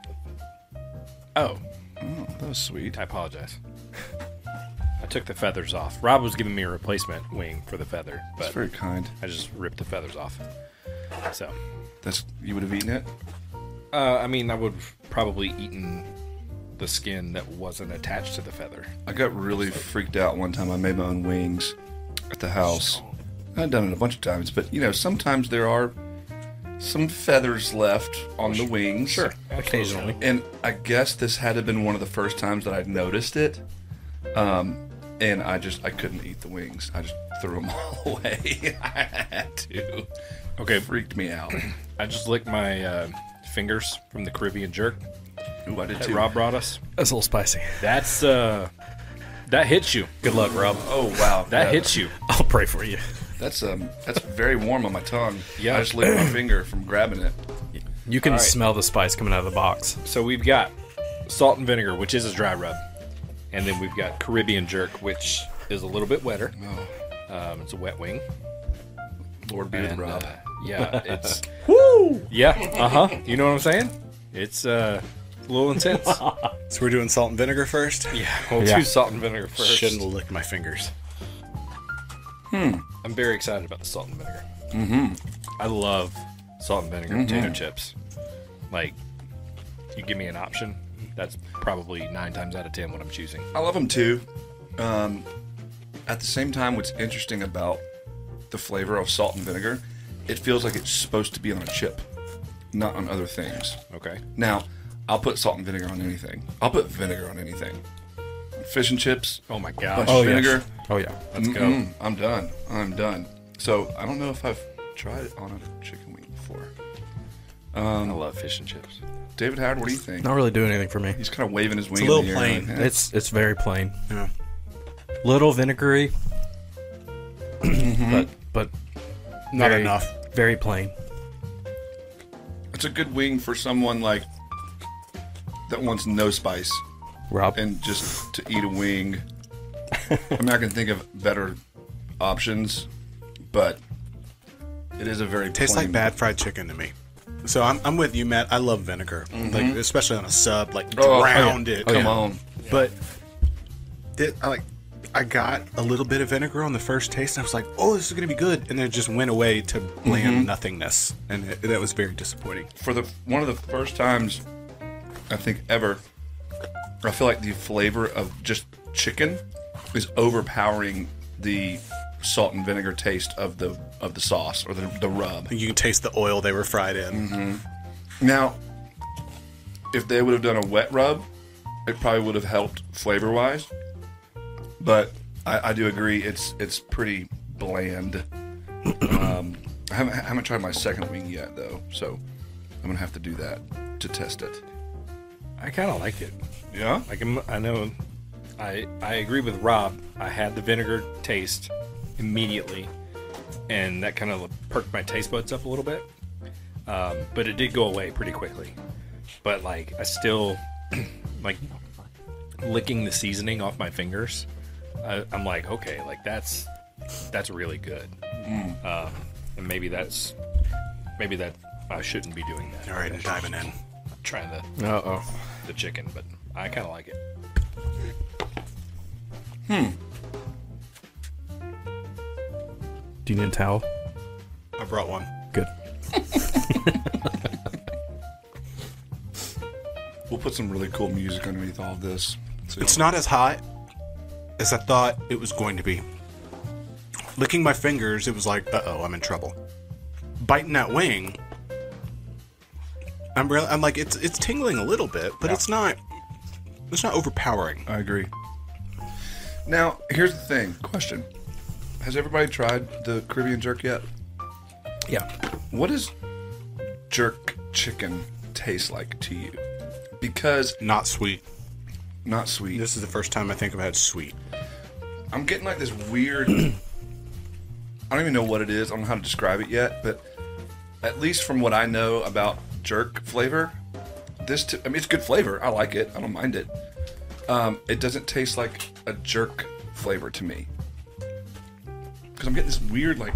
Speaker 2: Oh,
Speaker 4: Oh, that was sweet.
Speaker 2: I apologize. I took the feathers off. Rob was giving me a replacement wing for the feather,
Speaker 4: That's
Speaker 2: but
Speaker 4: very kind.
Speaker 2: I just ripped the feathers off. So,
Speaker 4: That's you would have eaten it.
Speaker 2: uh, I mean, I would have probably eaten the skin that wasn't attached to the feather.
Speaker 4: I got really freaked out one time. I made my own wings at the house. I've done it a bunch of times, but you know, sometimes there are some feathers left on the wings. Sure.
Speaker 3: Occasionally.
Speaker 4: And I guess this had to have been one of the first times that I'd noticed it. Um, and I just I couldn't eat the wings. I just threw them all away. I had to.
Speaker 2: Okay,
Speaker 4: Freaked me out.
Speaker 2: I just licked my uh, fingers from the Caribbean jerk
Speaker 4: Ooh, I did
Speaker 2: that
Speaker 4: too.
Speaker 2: Rob brought us.
Speaker 3: That's a little spicy.
Speaker 2: That's uh, that hits you.
Speaker 3: Good luck, Rob.
Speaker 4: Oh wow,
Speaker 2: That hits you.
Speaker 3: I'll pray for you.
Speaker 4: That's um, that's very warm on my tongue.
Speaker 2: Yeah.
Speaker 4: I just licked my finger from grabbing it.
Speaker 3: You can smell the spice coming out of the box.
Speaker 2: So we've got salt and vinegar, which is a dry rub, and then we've got Caribbean jerk, which is a little bit wetter.
Speaker 4: Oh,
Speaker 2: Um, it's a wet wing.
Speaker 4: Lord be with
Speaker 2: And,
Speaker 4: Rob.
Speaker 2: uh, yeah, it's woo. Yeah, uh huh. You know what I'm saying? It's uh, a little intense.
Speaker 1: So we're doing salt and vinegar first?
Speaker 2: yeah, we'll do salt and vinegar first.
Speaker 1: Shouldn't have licked my fingers.
Speaker 2: I'm very excited about the salt and vinegar. Mm-hmm. I love salt and vinegar potato chips. Like, you give me an option, that's probably nine times out of ten what I'm choosing.
Speaker 4: I love them too. Um, at the same time, what's interesting about the flavor of salt and vinegar, it feels like it's supposed to be on a chip, not on other things.
Speaker 2: Okay.
Speaker 4: Now, I'll put salt and vinegar on anything. I'll put vinegar on anything. Fish and chips,
Speaker 2: Oh my
Speaker 4: bunch
Speaker 2: gosh.
Speaker 4: of vinegar.
Speaker 3: Oh yeah.
Speaker 2: Let's go.
Speaker 4: Mm-mm, I'm done. I'm done. So I don't know if I've tried it on a chicken wing before.
Speaker 2: I love fish and chips.
Speaker 4: David Howard, what do you think?
Speaker 3: Not really doing anything for me.
Speaker 4: He's kind of waving his wing.
Speaker 1: a little
Speaker 4: in the air
Speaker 1: plain.
Speaker 4: like, eh.
Speaker 3: It's it's very plain.
Speaker 1: Yeah.
Speaker 3: Little vinegary,
Speaker 7: Mm-hmm.
Speaker 3: but but
Speaker 1: Not
Speaker 3: very-
Speaker 1: enough.
Speaker 3: Very plain.
Speaker 4: It's a good wing for someone like that wants no spice
Speaker 3: Rob.
Speaker 4: and just to eat a wing. I'm not gonna think of better options, but it is a very
Speaker 1: Tastes
Speaker 4: plain-
Speaker 1: like bad fried chicken to me. So I'm, I'm with you, Matt. I love vinegar, like especially on a sub, like
Speaker 4: Oh,
Speaker 1: drowned
Speaker 4: oh yeah.
Speaker 1: it.
Speaker 4: Come on,
Speaker 1: But it, I like I got a little bit of vinegar on the first taste, and I was like, "Oh, this is gonna be good," and then it just went away to bland nothingness, and it, that was very disappointing.
Speaker 4: for the one of the first times I think ever, I feel like the flavor of just chicken is overpowering the salt and vinegar taste of the of the sauce or the, the rub.
Speaker 1: You can taste the oil they were fried in.
Speaker 4: Now, if they would have done a wet rub, it probably would have helped flavor wise. But I, I do agree, it's it's pretty bland. Um, I haven't I haven't tried my second wing yet though, so I'm gonna have to do that to test it.
Speaker 2: I kind of liked it.
Speaker 4: Yeah.
Speaker 2: Like I'm, I know, I I agree with Rob. I had the vinegar taste immediately, and that kind of perked my taste buds up a little bit. Um, but it did go away pretty quickly. But like I still like licking the seasoning off my fingers. I, I'm like, okay, like that's that's really good.
Speaker 1: Mm.
Speaker 2: Uh, and maybe that's maybe that I shouldn't be doing that.
Speaker 1: All right, I'm diving in.
Speaker 2: Trying the
Speaker 3: Uh oh.
Speaker 2: the chicken, but I kind of like it.
Speaker 3: Do you need a towel?
Speaker 1: I brought one.
Speaker 3: Good.
Speaker 4: We'll put some really cool music underneath all this. So
Speaker 1: It's not as hot as I thought it was going to be. Licking my fingers, it was like, uh oh, I'm in trouble. Biting that wing, I'm real I'm like, it's it's tingling a little bit, but it's not. It's not overpowering.
Speaker 4: I agree. Now, here's the thing. Question: Has everybody tried the Caribbean jerk yet?
Speaker 3: Yeah.
Speaker 4: What does jerk chicken taste like to you? Because
Speaker 1: Not sweet.
Speaker 4: not sweet.
Speaker 1: This is the first time I think I've had sweet.
Speaker 4: I'm getting like this weird. I don't even know what it is. I don't know how to describe it yet, but at least from what I know about jerk flavor, this t- I mean it's good flavor. I like it. I don't mind it. Um, it doesn't taste like a jerk flavor to me because I'm getting this weird like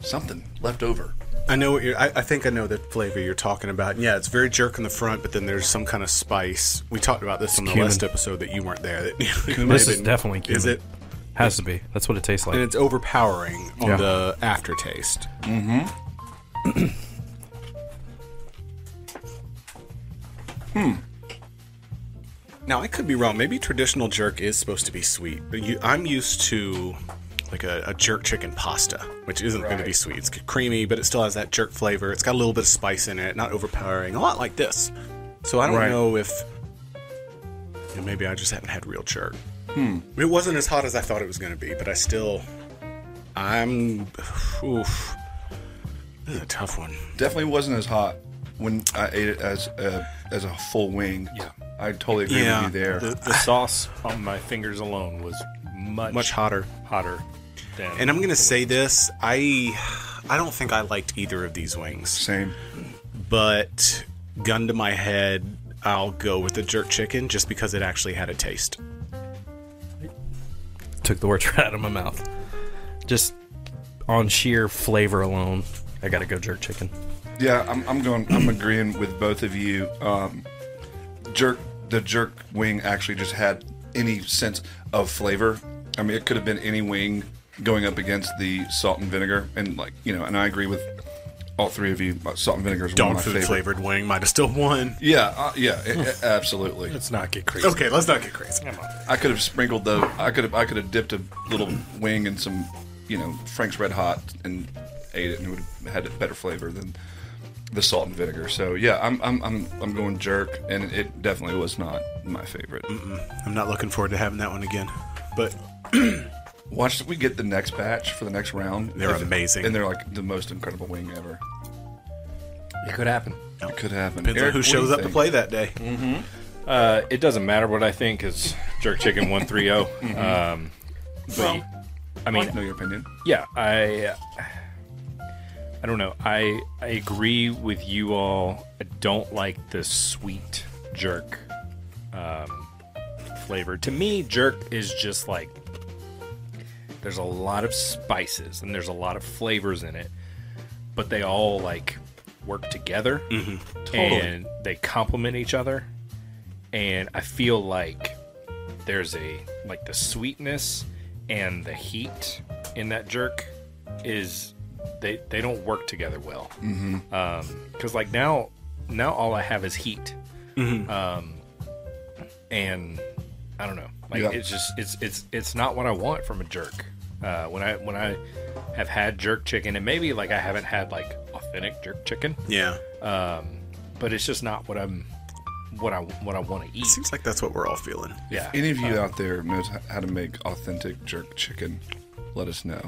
Speaker 4: something left over.
Speaker 1: I know what you're. I, I think I know the flavor you're talking about. And yeah, it's very jerk in the front, but then there's some kind of spice. We talked about this on the
Speaker 3: cumin.
Speaker 1: last episode that you weren't there. That it might
Speaker 3: This
Speaker 1: have
Speaker 3: is
Speaker 1: been-
Speaker 3: definitely
Speaker 1: Is
Speaker 3: cumin.
Speaker 1: it?
Speaker 3: Has to be. That's what it tastes
Speaker 1: And
Speaker 3: like.
Speaker 1: it's overpowering on
Speaker 3: Yeah.
Speaker 1: the aftertaste. Now I could be wrong. Maybe traditional jerk is supposed to be sweet. But you, I'm used to like a, a jerk chicken pasta, which isn't going to be sweet. It's creamy, but it still has that jerk flavor. It's got a little bit of spice in it, not overpowering. A lot like this. So I don't
Speaker 4: Right.
Speaker 1: know if you know, maybe I just haven't had real jerk. Hmm. It wasn't as hot as I thought it was going to be, but I still I'm oof. This is a tough one.
Speaker 4: Definitely wasn't as hot when I ate it as a, as a full wing. Yeah, I totally agree with you there.
Speaker 1: the- the
Speaker 2: The sauce on my fingers alone was much
Speaker 1: much hotter.
Speaker 2: hotter than
Speaker 1: And I'm gonna say this: I, I don't think I liked either of these wings,
Speaker 4: Same.
Speaker 1: but gun to my head, I'll go with the jerk chicken just because it actually had a taste.
Speaker 3: Took the words right out of my mouth. Just on sheer flavor alone, I gotta go jerk chicken.
Speaker 4: Yeah, I'm, I'm going. I'm agreeing with both of you. Um, jerk, the jerk wing actually just had any sense of flavor. I mean, it could have been any wing going up against the salt and vinegar, and like you know. And I agree with all three of you. Uh, Salt and vinegar is one
Speaker 1: Dog
Speaker 4: of my
Speaker 1: food
Speaker 4: favorite.
Speaker 1: flavored wing might have still won.
Speaker 4: Yeah, uh, yeah, it- it- absolutely.
Speaker 2: Let's not get crazy.
Speaker 1: Okay, let's not get crazy.
Speaker 4: I could have sprinkled the. I could have. I could have dipped a little wing in some, you know, Frank's Red Hot and ate it, and it would have had a better flavor than the salt and vinegar. So yeah, I'm I'm I'm, I'm going jerk, and it definitely was not my favorite.
Speaker 1: I'm not looking forward to having that one again. But
Speaker 4: Watch we get the next batch for the next round.
Speaker 1: They're amazing.
Speaker 4: and they're like the most incredible wing ever.
Speaker 2: It could happen.
Speaker 4: It could happen.
Speaker 1: depends on
Speaker 4: Eric,
Speaker 1: who
Speaker 4: what do
Speaker 1: shows
Speaker 4: you
Speaker 1: up to
Speaker 4: think?
Speaker 1: play that day.
Speaker 2: Uh, it doesn't matter what I think is jerk chicken one three zero.
Speaker 1: Mm-hmm.
Speaker 2: Um, but I mean,
Speaker 4: I know your opinion.
Speaker 2: yeah, I I don't know. I I agree with you all. I don't like the sweet jerk um, flavor. To me, jerk is just like there's a lot of spices and there's a lot of flavors in it, but they all like work together and they complement each other. And I feel like there's a like the sweetness and the heat in that jerk is they they don't work together well. Mm-hmm. Because like now now all I have is heat. Um, and I don't know. Like
Speaker 4: Yeah.
Speaker 2: it's just it's it's it's not what I want from a jerk. Uh, when I when I have had jerk chicken and maybe like I haven't had like authentic jerk chicken,
Speaker 1: Yeah.
Speaker 2: but it's just not what I'm what I what I want to eat.
Speaker 1: Seems like that's what we're all feeling.
Speaker 2: Yeah.
Speaker 4: Any of you out there knows h- how to make authentic jerk chicken? Let us know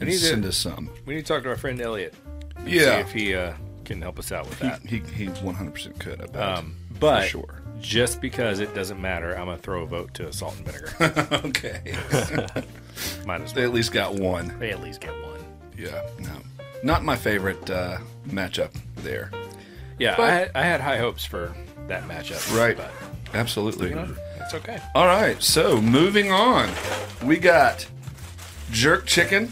Speaker 4: and
Speaker 2: need to-
Speaker 4: send us some.
Speaker 2: We need to talk to our friend Elliot. See
Speaker 4: Yeah,
Speaker 2: if he uh, can help us out with that.
Speaker 4: he he he 100% could. I bet.
Speaker 2: Um, but
Speaker 4: For sure.
Speaker 2: just because it doesn't matter, I'm gonna throw a vote to salt and vinegar.
Speaker 4: okay,
Speaker 2: Might as
Speaker 4: they
Speaker 2: well.
Speaker 4: at least got one.
Speaker 2: They at least get one.
Speaker 4: Yeah, no, not my favorite uh, matchup there.
Speaker 2: Yeah,
Speaker 4: But-
Speaker 2: I, had, I had high hopes for that matchup.
Speaker 4: Right,
Speaker 2: but uh,
Speaker 4: absolutely.
Speaker 2: it's okay.
Speaker 4: All right, so moving on, we got jerk chicken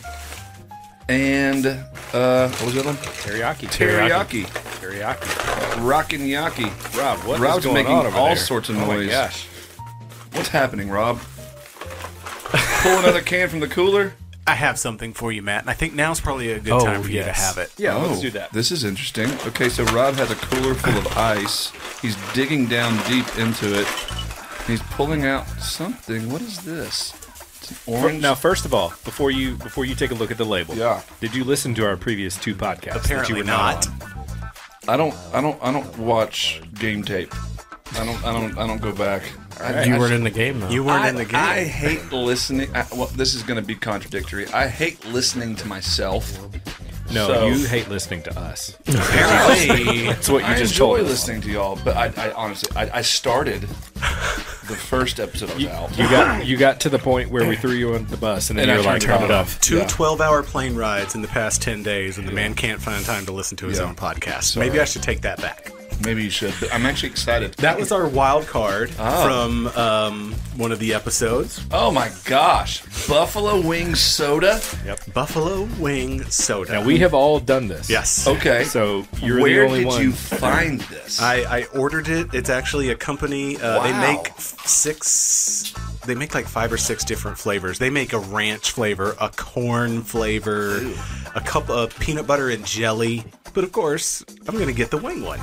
Speaker 4: and uh, what was the other one?
Speaker 2: Teriyaki,
Speaker 4: Teriyaki,
Speaker 2: teriyaki.
Speaker 4: rockin' yaki.
Speaker 2: Rob, what is
Speaker 4: Rob's
Speaker 2: going
Speaker 4: making
Speaker 2: on over
Speaker 4: all
Speaker 2: there?
Speaker 4: sorts of
Speaker 2: Oh my
Speaker 4: noise.
Speaker 2: gosh.
Speaker 4: What's happening, Rob? Pull another can from the cooler.
Speaker 1: I have something for you, Matt, and I think now's probably a good
Speaker 7: Oh,
Speaker 1: time for you to
Speaker 7: yes.
Speaker 1: have it.
Speaker 2: Yeah, let's do that.
Speaker 4: Oh, This is interesting. Okay, so Rob has a cooler full of ice. He's digging down deep into it. He's pulling out something. What is this? It's an orange.
Speaker 2: Now, first of all, before you before you take a look at the label,
Speaker 4: Yeah.
Speaker 2: did you listen to our previous two podcasts? that you
Speaker 1: Apparently
Speaker 2: were
Speaker 1: not.
Speaker 2: on?
Speaker 4: I don't. I don't. I don't watch game tape. I don't. I don't. I don't go back. I,
Speaker 7: You
Speaker 4: I-
Speaker 7: weren't in the game though.
Speaker 1: You weren't in the game.
Speaker 4: I hate listening. I, well, this is going to be contradictory. I hate listening to myself.
Speaker 2: No,
Speaker 4: So-
Speaker 2: you hate listening to us.
Speaker 1: Apparently,
Speaker 2: That's what you
Speaker 4: I
Speaker 2: just
Speaker 4: enjoy
Speaker 2: told us.
Speaker 4: listening to y'all, but I, I honestly, I, I started the first episode I was out.
Speaker 2: You got you got to the point where we threw you on the bus, and then
Speaker 4: And I
Speaker 2: you're like,
Speaker 4: turned it
Speaker 2: turn it
Speaker 4: off.
Speaker 2: off.
Speaker 1: two
Speaker 4: Yeah.
Speaker 1: 12 hour plane rides in the past 10 days, and the man can't find time to listen to his
Speaker 4: Yeah.
Speaker 1: own podcast.
Speaker 4: Sorry.
Speaker 1: Maybe I should take that back.
Speaker 4: Maybe you should. But I'm actually excited.
Speaker 1: That was our wild card from um, one of the episodes
Speaker 4: Oh my gosh, buffalo wing soda.
Speaker 1: Buffalo Wing Soda.
Speaker 2: Now we have all done this.
Speaker 1: Yes.
Speaker 4: Okay,
Speaker 2: So you're
Speaker 4: where
Speaker 2: the only
Speaker 4: did
Speaker 2: one.
Speaker 4: you find this?
Speaker 1: I, I ordered it. It's actually a company. Uh, They
Speaker 4: Wow.
Speaker 1: make f- six. They make like five or six different flavors. They make a ranch flavor, a corn flavor, a cup of peanut butter and jelly. But of course, I'm gonna get the wing one.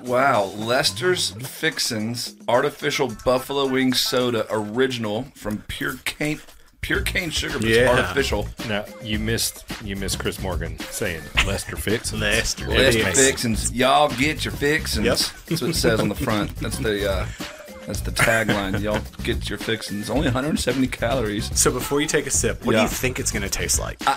Speaker 4: wow, Lester's Fixin's artificial buffalo wing soda original from pure cane, pure cane sugar, but it's
Speaker 1: Yeah.
Speaker 4: artificial.
Speaker 2: No, you missed you missed Chris Morgan saying Lester Fix.
Speaker 1: Lester
Speaker 4: Lester
Speaker 1: Fix.
Speaker 4: Fixins, y'all get your fixins.
Speaker 1: Yep.
Speaker 4: That's what it says on the front. That's the uh, that's the tagline. Y'all get your fixins. Only 170 calories.
Speaker 1: So before you take a sip, what do
Speaker 4: Yeah.
Speaker 1: you think it's gonna taste like?
Speaker 4: I,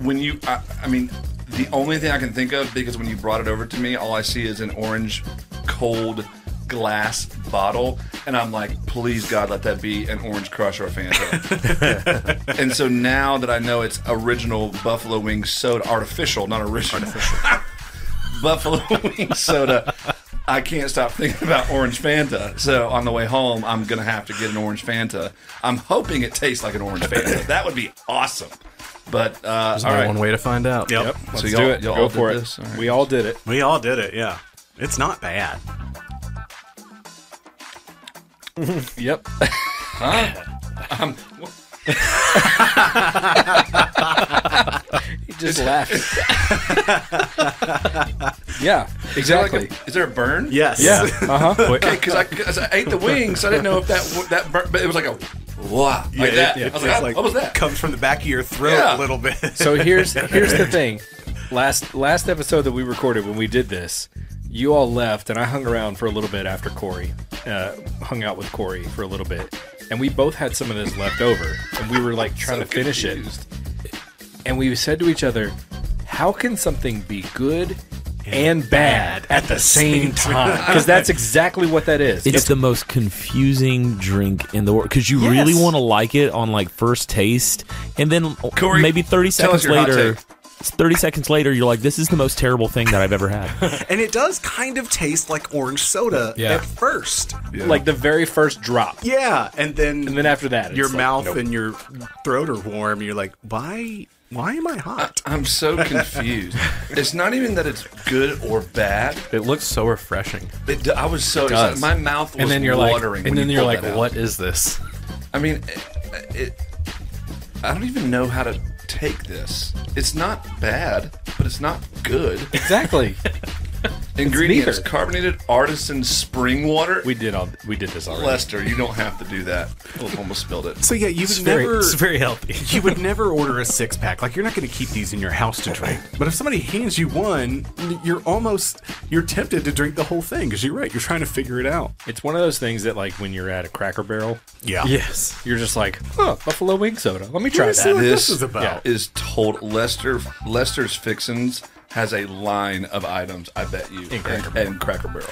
Speaker 4: when you, I, I mean, the only thing I can think of because when you brought it over to me, all I see is an orange, cold glass bottle, and I'm like, please God, let that be an orange crush or a Fanta. and so now that I know it's original buffalo wing soda, artificial, not original, buffalo wing soda. I can't stop thinking about orange Fanta. So on the way home, I'm gonna have to get an orange Fanta. I'm hoping it tastes like an orange Fanta. That would be awesome. But uh,
Speaker 7: There's
Speaker 4: all
Speaker 7: only
Speaker 4: right,
Speaker 7: one way to find out.
Speaker 1: Yep.
Speaker 2: Yep. Let's
Speaker 4: y'all-
Speaker 2: do it.
Speaker 4: y'all
Speaker 2: Go
Speaker 4: all
Speaker 2: for
Speaker 4: did
Speaker 2: it.
Speaker 4: this? All right.
Speaker 2: We all did it.
Speaker 1: We all did it. Yeah. It's not bad.
Speaker 2: Yep. Um, he just laughed. yeah. Exactly.
Speaker 4: Is, there like a- is there a burn?
Speaker 1: Yes.
Speaker 2: Yeah. Uh huh.
Speaker 4: Because I, 'cause I ate the wings, I didn't know if that w- that burn, but it was like a wow, like
Speaker 1: Yeah, it-
Speaker 4: that.
Speaker 1: it
Speaker 4: I was
Speaker 1: tastes
Speaker 4: like, what was that?
Speaker 1: Comes from the back of your throat
Speaker 4: Yeah.
Speaker 1: a little bit.
Speaker 2: So here's here's the thing. Last last episode that we recorded when we did this, you all left and I hung around for a little bit after Corey, uh, hung out with Corey for a little bit, and we both had some of this left over, and we were like trying
Speaker 4: So
Speaker 2: to finish
Speaker 4: confused.
Speaker 2: it, and we said to each other, "How can something be good?" And bad at the same time, because that's exactly what that is.
Speaker 3: It's, the most confusing drink in the world because you really
Speaker 1: Yes.
Speaker 3: want to like it on like first taste, and then
Speaker 4: Corey,
Speaker 3: maybe thirty
Speaker 4: tell us
Speaker 3: seconds
Speaker 4: your hot
Speaker 3: later,
Speaker 4: take.
Speaker 3: thirty seconds later, you're like, "This is the most terrible thing that I've ever had."
Speaker 1: and it does kind of taste like orange soda
Speaker 7: Yeah.
Speaker 1: at first.
Speaker 2: like the very first drop,
Speaker 1: Yeah. And then
Speaker 2: and then after that, it's
Speaker 1: your
Speaker 2: like,
Speaker 1: mouth
Speaker 2: nope.
Speaker 1: and your throat are warm. You're like, why Why am I hot?
Speaker 4: I'm so confused. it's not even that it's good or bad.
Speaker 3: It looks so refreshing.
Speaker 4: It, d- I was so excited. My mouth was
Speaker 2: and then you're
Speaker 4: watering.
Speaker 2: like, and
Speaker 4: when
Speaker 2: then
Speaker 4: you
Speaker 2: you're
Speaker 4: pulled
Speaker 2: like,
Speaker 4: that out.
Speaker 2: what is this?
Speaker 4: I mean, it, it, I don't even know how to take this. It's not bad, but it's not good.
Speaker 2: Exactly.
Speaker 4: Ingredients:
Speaker 2: neither.
Speaker 4: carbonated artisan spring water.
Speaker 2: we did all. We did this already.
Speaker 4: Lester, you don't have to do that. I almost spilled it.
Speaker 1: So yeah, you would
Speaker 3: Very,
Speaker 1: never
Speaker 3: it's very healthy.
Speaker 1: you would never order a six pack. Like you're not going to keep these in your house to drink. But if somebody hands you one, you're almost you're tempted to drink the whole thing because you're right. You're trying to figure it out.
Speaker 2: It's one of those things that, like, when you're at a Cracker Barrel,
Speaker 1: Yeah.
Speaker 3: Yes.
Speaker 2: you're just like, huh, buffalo wing soda. Let me try
Speaker 1: Try
Speaker 2: that.
Speaker 1: what this,
Speaker 4: This-
Speaker 1: is about.
Speaker 2: yeah.
Speaker 4: Is told Lester Lester's Fixins has a line of items. I bet you in
Speaker 2: Cracker
Speaker 4: Barrel. Cracker Barrel.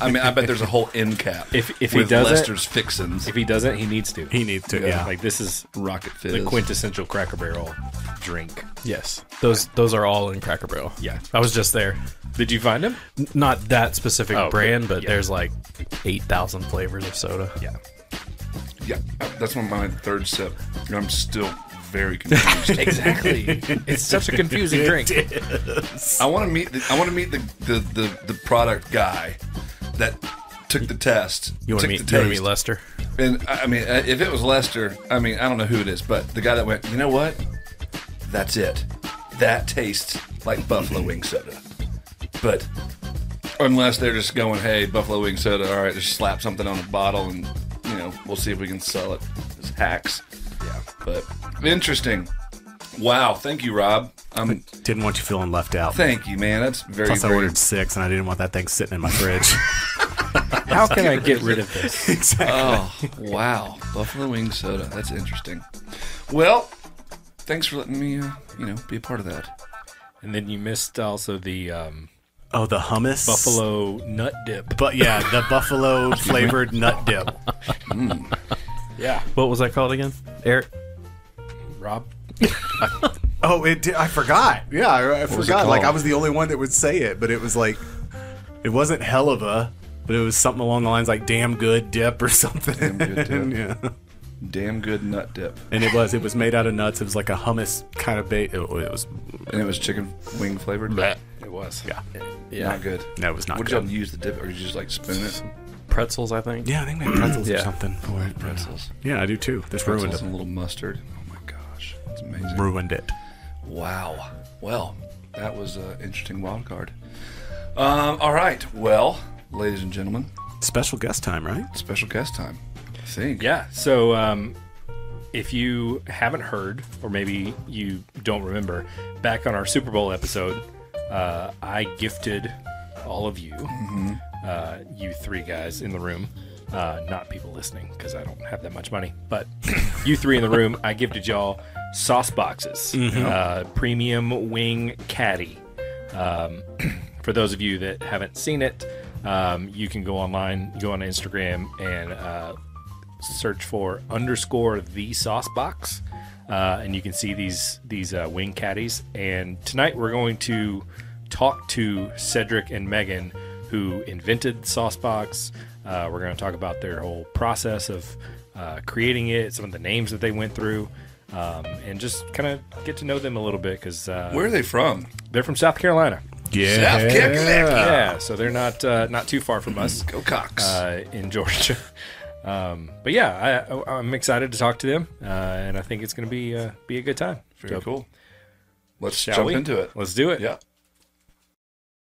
Speaker 4: I mean, I bet there's a whole end cap.
Speaker 2: If- if he
Speaker 4: with
Speaker 2: does it-
Speaker 4: Lester's Fixins,
Speaker 2: If he doesn't, he needs to.
Speaker 1: He needs to. Yeah.
Speaker 2: Like this is
Speaker 4: Rocket Fizz.
Speaker 2: the quintessential Cracker Barrel drink.
Speaker 3: Yes. Those those are all in Cracker Barrel.
Speaker 2: Yeah.
Speaker 3: I was just there.
Speaker 2: Did you find him?
Speaker 3: N- Not that specific
Speaker 2: Oh,
Speaker 3: brand, but
Speaker 2: yeah.
Speaker 3: there's like 8,000 flavors of soda.
Speaker 2: Yeah.
Speaker 4: Yeah, that's my, my third sip. and I'm still very confused.
Speaker 2: Exactly. it's such a confusing drink.
Speaker 4: I want to meet. The, I want to meet the, the the the product guy that took the test.
Speaker 3: You want to
Speaker 4: took
Speaker 3: meet,
Speaker 4: the
Speaker 3: you wanna meet
Speaker 4: taste.
Speaker 3: Lester?
Speaker 4: And I I mean, uh, if it was Lester, I mean, I don't know who it is, but the guy that went, you know what? That's it. That tastes like buffalo wing soda. But unless they're just going, hey, buffalo wing soda, all right, just slap something on a bottle and, you know, we'll see if we can sell it as hacks. Yeah. But interesting. Wow. Thank you, Rob. Um,
Speaker 1: Didn't want you feeling left out.
Speaker 4: thank you, man. That's very,
Speaker 1: Plus, I
Speaker 4: very
Speaker 1: ordered six, and I didn't want that thing sitting in my fridge.
Speaker 2: How can I get rid of this?
Speaker 1: exactly.
Speaker 4: Oh, wow. Buffalo wing soda. That's interesting. Well, thanks for letting me, uh, you know, be a part of that.
Speaker 2: And then you missed also the um,
Speaker 1: oh, the hummus.
Speaker 2: buffalo nut dip.
Speaker 1: But yeah, the buffalo flavored nut dip.
Speaker 2: Yeah.
Speaker 3: What was that called again? Eric?
Speaker 2: Rob.
Speaker 1: Oh, it did. I forgot. Yeah, I, I
Speaker 4: was it
Speaker 1: forgot. Like I
Speaker 4: called?
Speaker 1: was the only one that would say it, but it was like it wasn't hell of a, but it was something along the lines like "damn good dip" or something.
Speaker 4: good dip.
Speaker 1: And, yeah,
Speaker 4: Damn good nut dip.
Speaker 1: and it was. It was made out of nuts. It was like a hummus kind of bait. It, it was.
Speaker 4: And it was chicken wing flavored.
Speaker 2: It was.
Speaker 1: Yeah,
Speaker 4: Not good.
Speaker 1: no, it was not
Speaker 4: Would
Speaker 1: good.
Speaker 4: y'all use the dip or you just like spoon it?
Speaker 3: Pretzels, I think.
Speaker 1: Yeah, I think they had pretzels or
Speaker 3: Yeah.
Speaker 1: something for it.
Speaker 4: Pretzels.
Speaker 1: Yeah, I do too. This ruined
Speaker 4: Pretzels
Speaker 1: it.
Speaker 4: and a little mustard. Oh my gosh. It's amazing.
Speaker 1: Ruined it.
Speaker 4: Wow. Well, that was an interesting wild card. Um, all right. Well, ladies and gentlemen,
Speaker 1: Special guest time, right?
Speaker 4: special guest time. I think.
Speaker 2: Yeah. So um, if you haven't heard, or maybe you don't remember, back on our Super Bowl episode, uh, I gifted all of you, uh, you three guys in the room, uh, not people listening because I don't have that much money, but you three in the room, I gifted y'all sauce boxes, uh, premium wing caddy. Um, for those of you that haven't seen it, um, you can go online, go on Instagram, and uh, search for underscore the sauce box uh, and you can see these these uh, wing caddies and tonight we're going to talk to cedric and megan who invented sauce box uh, we're going to talk about their whole process of uh, creating it some of the names that they went through um, and just kind of get to know them a little bit because uh,
Speaker 4: Where are they from?
Speaker 2: they're from south carolina
Speaker 1: Yeah.
Speaker 4: South Carolina.
Speaker 2: yeah so they're not uh, not too far from us
Speaker 4: Go Cox.
Speaker 2: uh, in Georgia. Um, but yeah, I, I, I'm excited to talk to them, uh, and I think it's going to be uh, be a good time.
Speaker 4: Very
Speaker 2: So,
Speaker 4: cool. Let's
Speaker 2: shall
Speaker 4: jump
Speaker 2: we?
Speaker 4: into it.
Speaker 2: Let's do it.
Speaker 4: Yeah.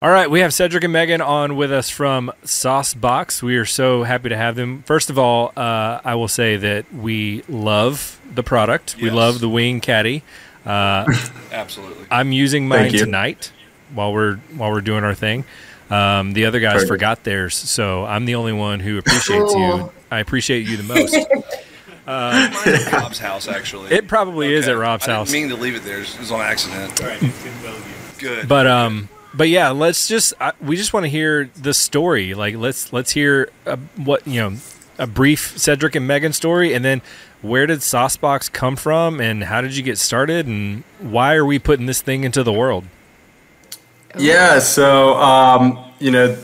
Speaker 2: All right, we have Cedric and Megan on with us from Saucebox. We are so happy to have them. First of all, uh, I will say that we love the product. We
Speaker 4: Yes.
Speaker 2: love the wing caddy.
Speaker 4: Absolutely.
Speaker 2: I'm using mine
Speaker 5: Thank you.
Speaker 2: tonight while we're while we're doing our thing. Um, the other guys forgot theirs, so I'm the only one who appreciates you.
Speaker 8: Cool.
Speaker 2: I appreciate you the most.
Speaker 4: Mine's at Rob's house, actually.
Speaker 2: It probably is
Speaker 4: Okay.
Speaker 2: at Rob's
Speaker 4: I didn't
Speaker 2: house.
Speaker 4: mean to leave it there. It was on accident. Good.
Speaker 2: but um but yeah let's just I, we just want to hear the story like let's let's hear uh what you know a brief cedric and megan story and then where did saucebox come from and how did you get started and why are we putting this thing into the world
Speaker 8: Yeah, so um, you know,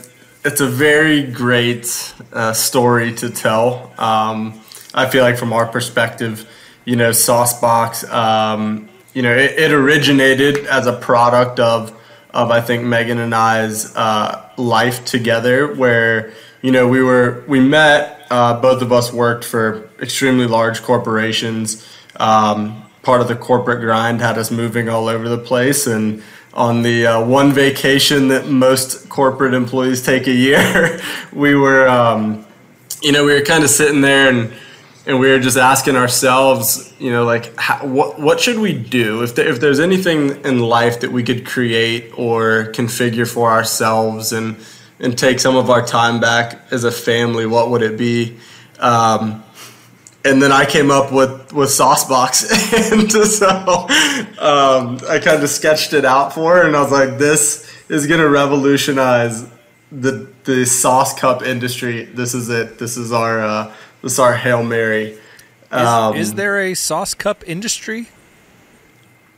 Speaker 8: it's a very great uh, story to tell. Um, I feel like from our perspective, you know, Saucebox um, you know, it, it originated as a product of of I think Megan and I's uh, life together, where you know we were we met. Uh, both of us worked for extremely large corporations. Um, part of the corporate grind had us moving all over the place, and on the uh, one vacation that most corporate employees take a year, we were. Um, you know, we were kind of sitting there and and we were just asking ourselves, you know, like how, what what should we do if there, if there's anything in life that we could create or configure for ourselves and and take some of our time back as a family, what would it be? Um, and then I came up with with Saucebox, and so um, I kind of sketched it out for her, and I was like, this is gonna revolutionize the the sauce cup industry. This is it. This is our uh, this is our hail mary. Um,
Speaker 5: Is there a sauce cup industry?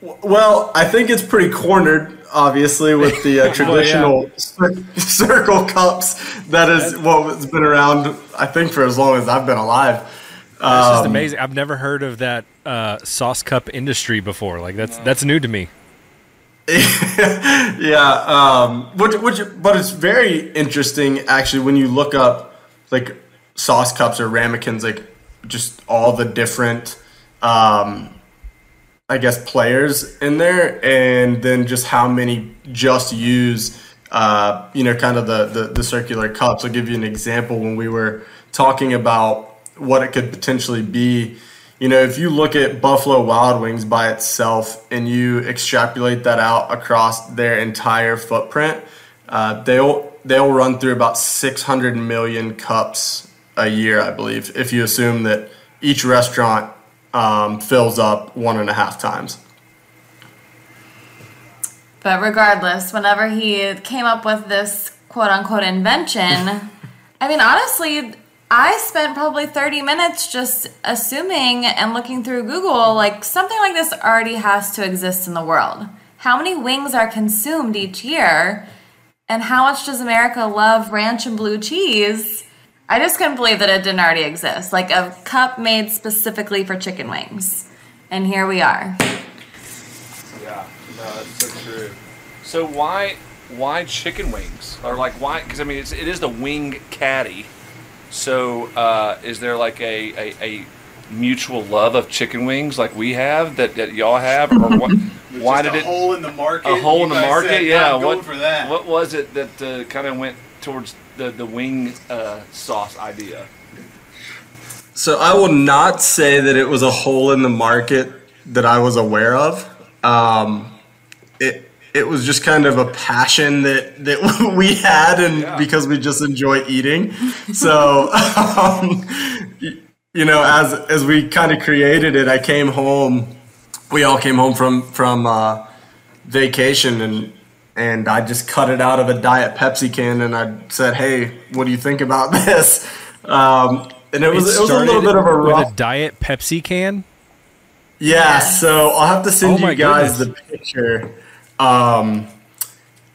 Speaker 8: well, I think it's pretty cornered, obviously, with the uh, traditional cir- circle cups. That is what's been around, I think, for as long as I've been alive.
Speaker 5: This is
Speaker 2: Um,
Speaker 5: amazing. I've never heard of that uh, sauce cup industry before. Like that's that's new to me.
Speaker 8: yeah, um, which, which, but it's very interesting actually when you look up like sauce cups or ramekins, like just all the different, um, I guess, players in there, and then just how many just use, uh, you know, kind of the, the the circular cups. I'll give you an example when we were talking about what it could potentially be. You know, if you look at Buffalo Wild Wings by itself and you extrapolate that out across their entire footprint, uh, they'll they'll run through about 600 million cups a year, I believe, if you assume that each restaurant um, fills up one and a half times.
Speaker 9: But regardless, whenever he came up with this quote unquote invention, I mean, honestly, I spent probably 30 minutes just assuming and looking through Google like something like this already has to exist in the world. How many wings are consumed each year? And how much does America love ranch and blue cheese? I just couldn't believe that it didn't already exist. Like a cup made specifically for chicken wings. And here we are.
Speaker 4: Yeah, no, that's so true. So why why chicken wings or like why? Because I mean, it's, it is the wing caddy. So uh, is there like a, a, a mutual love of chicken wings like we have that, that y'all have, or what? why did
Speaker 1: a
Speaker 4: it
Speaker 1: hole in the market?
Speaker 4: a hole in
Speaker 1: You
Speaker 4: the
Speaker 1: guys
Speaker 4: market?
Speaker 1: said,
Speaker 4: yeah,
Speaker 1: "I'm going
Speaker 4: what
Speaker 1: for that?
Speaker 4: what was it that uh, kind of went towards the the wing uh, sauce idea?
Speaker 8: So I will not say that it was a hole in the market that I was aware of. Um, it it was just kind of a passion that that we had, and because we just enjoy eating. So um, y- you know, as as we kind of created it, I came home. We all came home from from uh, vacation, and and I just cut it out of a diet Pepsi can, and I said, "Hey, what do you think about this?" Um, and it was it, was a little bit of a rough.
Speaker 5: with a diet Pepsi can.
Speaker 8: Yeah, so I'll have to
Speaker 5: Oh
Speaker 8: send
Speaker 5: my
Speaker 8: you guys the picture. Um,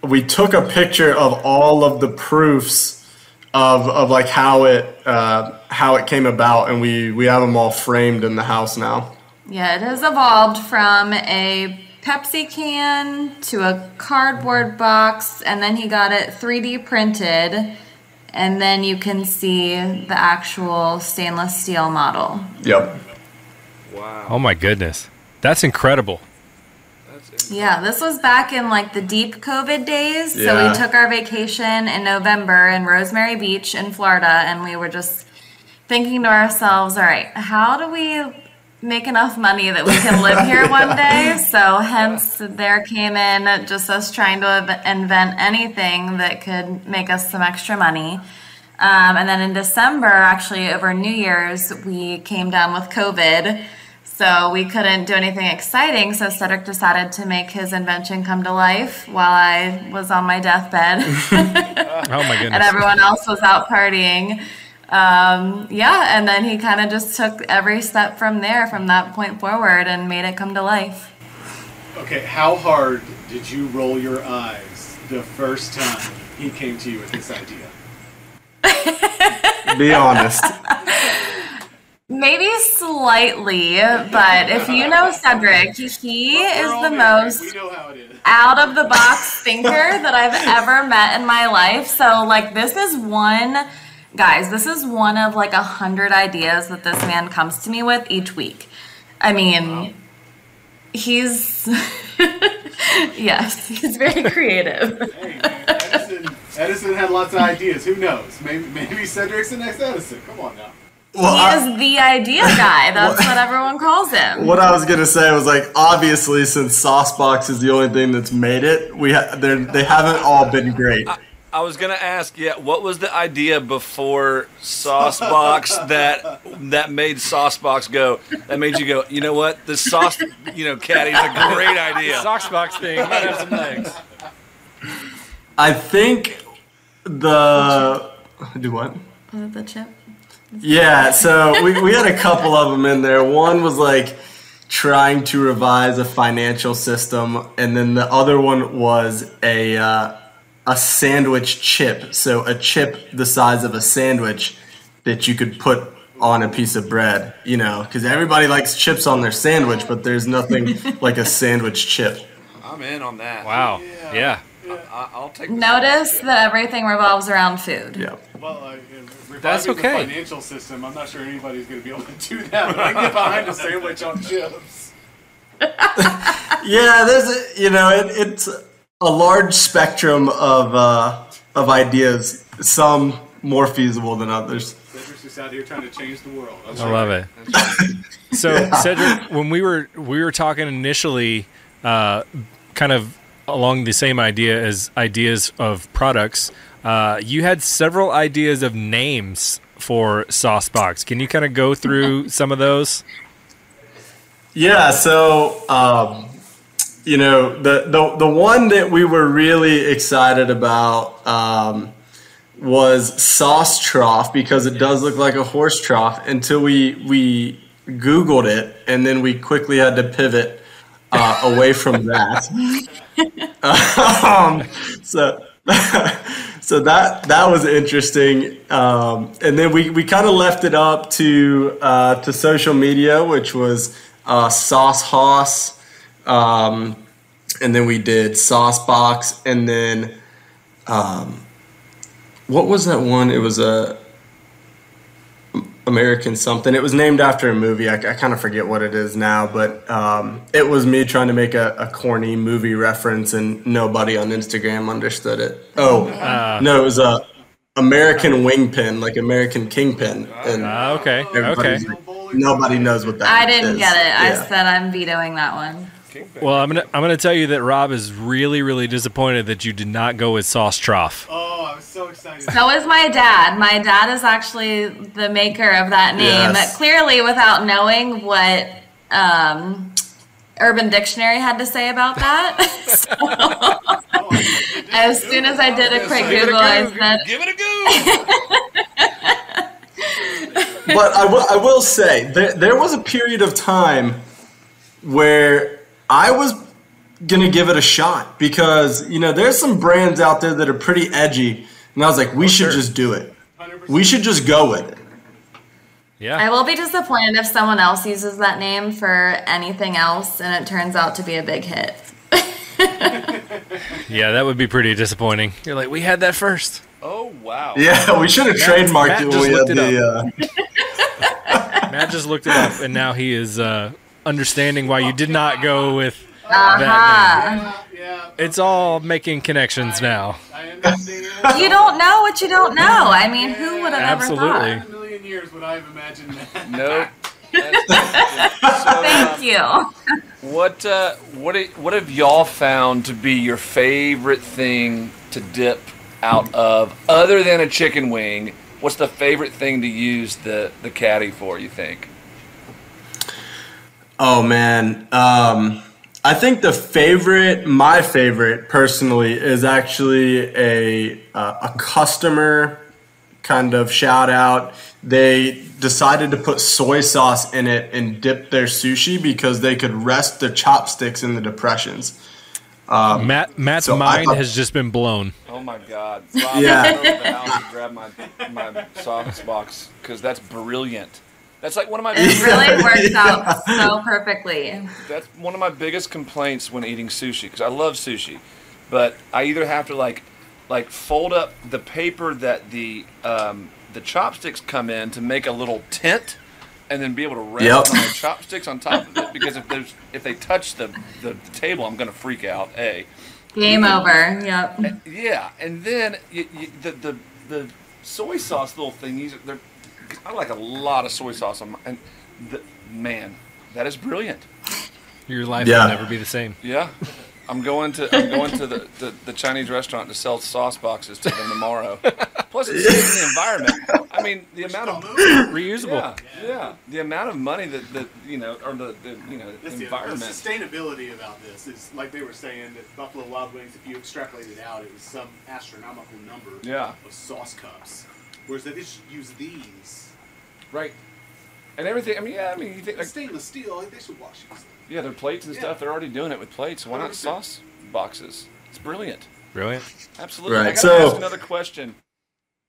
Speaker 8: we took a picture of all of the proofs of, of like how it uh, how it came about, and we we have them all framed in the house now.
Speaker 9: Yeah, it has evolved from a Pepsi can to a cardboard box, and then he got it 3D printed, and then you can see the actual stainless steel model.
Speaker 8: Yep.
Speaker 5: Oh my goodness, that's incredible.
Speaker 9: Yeah, this was back in like the deep COVID days. So
Speaker 8: Yeah.
Speaker 9: we took our vacation in November in Rosemary Beach in Florida, and we were just thinking to ourselves, all right, how do we make enough money that we can live here one day? So hence there came in just us trying to ev- invent anything that could make us some extra money. Um, and then in December, actually over New Year's, we came down with COVID. So we couldn't do anything exciting. So Cedric decided to make his invention come to life while I was on my deathbed
Speaker 5: Oh my
Speaker 9: and
Speaker 5: goodness.
Speaker 9: everyone else was out partying. Um, yeah, and then he kind of just took every step from there, from that point forward, and made it come to life.
Speaker 1: Okay, how hard did you roll your eyes the first time he came to you with this idea?
Speaker 8: Be honest.
Speaker 9: Maybe slightly, but if you know Cedric, he is the most
Speaker 1: know how it is.
Speaker 9: out of the box thinker that I've ever met in my life. So, like, this is one, guys, this is one of like a hundred ideas that this man comes to me with each week. I mean, he's, yes, he's very creative.
Speaker 1: Hey, man, Edison, Edison had lots of ideas. Who knows? Maybe, maybe Cedric's the next Edison. Come on now.
Speaker 9: he is the idea guy. That's what everyone calls him.
Speaker 8: What I was gonna say was like obviously since Saucebox is the only thing that's made it, we ha- they're- they haven't all been great.
Speaker 10: I was gonna ask, yeah, what was the idea before Saucebox that that made Saucebox go? That made you go, you know what? This sauce, you know, caddy's a great idea.
Speaker 2: Socksbox thing. Might have some legs.
Speaker 8: I think the do what?
Speaker 9: Uh, The chip.
Speaker 8: Yeah, so we, we had a couple of them in there. One was like trying to revise a financial system, and then the other one was a uh, a sandwich chip. So a chip the size of a sandwich that you could put on a piece of bread, you know, because everybody likes chips on their sandwich, but there's nothing like a sandwich chip.
Speaker 10: I'm in on that.
Speaker 2: Wow. Yeah.
Speaker 10: I, I'll take. this.
Speaker 9: Notice that everything revolves around food.
Speaker 8: Yeah.
Speaker 1: Well, uh, if
Speaker 2: That's
Speaker 1: reviving
Speaker 2: okay.
Speaker 1: The financial system. I'm not sure anybody's going to be able to do that. But I can get behind a sandwich on chips.
Speaker 8: Yeah, there's a, you know it, it's a large spectrum of uh, of ideas. Some more feasible than others.
Speaker 1: Cedric's just out here trying to change the world. I'm
Speaker 2: I
Speaker 1: sure.
Speaker 2: love it. So Cedric, when we were we were talking initially, uh, kind of along the same idea as ideas of products, uh, you had several ideas of names for Saucebox. Can you kind of go through some of those?
Speaker 8: Yeah, so um, you know the, the the one that we were really excited about um, was sauce trough because it does look like a horse trough until we we googled it and then we quickly had to pivot uh, away from that. um, so so that that was interesting. Um, and then we, we kind of left it up to uh, to social media, which was uh, Sauce Hoss, um, and then we did Sauce Box, and then um, what was that one? It was a American something. It was named after a movie. I, I kind of forget what it is now, but um, it was me trying to make a, a corny movie reference, and nobody on Instagram understood it. Oh, no, it was a American Wingpin, like American Kingpin, and
Speaker 2: Uh, okay. Okay.
Speaker 8: everybody's like, nobody knows what that.
Speaker 9: I didn't
Speaker 8: is.
Speaker 9: get it. I
Speaker 8: Yeah.
Speaker 9: said I'm vetoing that one.
Speaker 2: Well, I'm gonna I'm gonna tell you that Rob is really really disappointed that you did not go with Sauce Trough.
Speaker 1: Oh, I was so excited.
Speaker 9: So is my dad. My dad is actually the maker of that name.
Speaker 8: Yes.
Speaker 9: Clearly, without knowing what um, Urban Dictionary had to say about that. So, as soon as I did a quick Google, I said,
Speaker 10: Give it a go.
Speaker 8: but I will- I will say there, there was a period of time where I was gonna give it a shot because you know there's some brands out there that are pretty edgy, and I was like,
Speaker 2: Oh,
Speaker 8: we should just do it. We should just go with it.
Speaker 9: I will be disappointed if someone else uses that name for anything else and it turns out to be a big hit.
Speaker 2: Yeah, that would be pretty disappointing. You're like, we had that first.
Speaker 10: oh wow.
Speaker 8: Yeah, we should have trademarked
Speaker 2: Matt
Speaker 8: it
Speaker 2: just
Speaker 8: when we had
Speaker 2: looked it
Speaker 8: the. Uh,
Speaker 2: Matt just looked it up, and now he is uh, understanding why you did not go with that name.
Speaker 9: Aha.
Speaker 1: Yeah,
Speaker 2: It's all making connections now.
Speaker 1: I understand.
Speaker 9: You don't know what you don't know. I mean, who would have ever
Speaker 2: Absolutely.
Speaker 9: thought?
Speaker 1: a million years would I have imagined that.
Speaker 10: Nope. That's- so, um,
Speaker 9: Thank you.
Speaker 10: What uh, what i- what have y'all found to be your favorite thing to dip out of, other than a chicken wing? What's the favorite thing to use the the caddy for? You think?
Speaker 8: oh man, um, I think the favorite, my favorite personally, is actually a uh, a customer kind of shout out. They decided to put soy sauce in it and dip their sushi because they could rest their chopsticks in the depressions.
Speaker 2: Matt Matt's
Speaker 8: So I
Speaker 2: mind
Speaker 8: thought-
Speaker 2: has just been blown.
Speaker 10: Oh my God! Rob,
Speaker 8: Yeah.
Speaker 10: I'm gonna go to the house and grab my my sauce box because that's brilliant. That's like one of my
Speaker 9: It really works
Speaker 8: Yeah.
Speaker 9: out so perfectly.
Speaker 10: That's one of my biggest complaints when eating sushi because I love sushi, but I either have to like like fold up the paper that the um, the chopsticks come in to make a little tent, and then be able to rest
Speaker 8: Yep.
Speaker 10: my chopsticks on top of it because if there's if they touch the the, the table, I'm gonna freak out. A
Speaker 9: Game over. Yep.
Speaker 10: yeah, and then you, you, the the the soy sauce little thingies. They're, I like a lot of soy sauce on my, and the, man, that is brilliant.
Speaker 2: Your life
Speaker 8: Yeah.
Speaker 2: will never be the same.
Speaker 10: Yeah, I'm going to I'm going to the, the, the Chinese restaurant to sell sauce boxes to them tomorrow. Plus, it's saving the environment. I mean, the amount of
Speaker 2: Reusable.
Speaker 10: yeah, yeah, the amount of money that that you know, or the, the you know,
Speaker 1: That's the, the
Speaker 10: environment.
Speaker 1: sustainability about this is like they were saying that Buffalo Wild Wings, if you extrapolate it out, it was some astronomical number
Speaker 10: Yeah.
Speaker 1: of sauce cups. Whereas they just use these
Speaker 10: right, and everything. I mean, yeah, I mean, you think like,
Speaker 1: stainless steel, like they should wash these.
Speaker 10: yeah, their plates and stuff.
Speaker 1: Yeah.
Speaker 10: They're already doing it with plates. Why not sauce boxes? It's brilliant.
Speaker 2: Brilliant.
Speaker 10: Absolutely. I
Speaker 8: Right,
Speaker 10: gotta
Speaker 8: so-
Speaker 10: ask another question.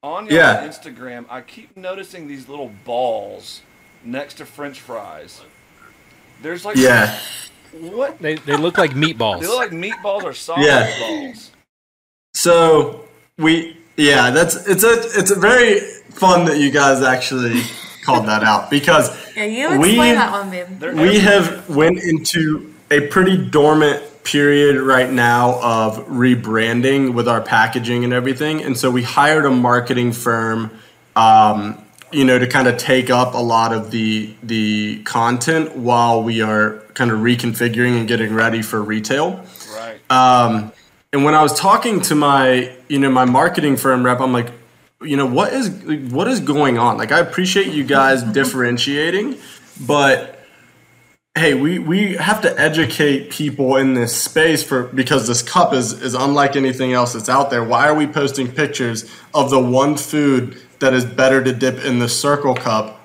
Speaker 10: On your
Speaker 8: Yeah.
Speaker 10: Instagram, I keep noticing these little balls next to French fries. There's like
Speaker 8: Yeah.
Speaker 10: what
Speaker 2: They, they look like meatballs.
Speaker 10: they look like meatballs or sausage
Speaker 8: Yeah.
Speaker 10: balls.
Speaker 8: So we yeah, that's it's a it's a very fun that you guys actually called that out because
Speaker 9: Yeah, you
Speaker 8: We-
Speaker 9: explain that one, babe.
Speaker 10: They're
Speaker 8: we
Speaker 10: every-
Speaker 8: have went into a pretty dormant period right now of rebranding with our packaging and everything and so we hired a marketing firm um, you know to kind of take up a lot of the the content while we are kind of reconfiguring and getting ready for retail
Speaker 10: right.
Speaker 8: um, and when I was talking to my, you know, my marketing firm rep, I'm like, you know, what is like, what is going on? Like, I appreciate you guys differentiating, but hey, we we have to educate people in this space for because this cup is is unlike anything else that's out there. Why are we posting pictures of the one food that is better to dip in the circle cup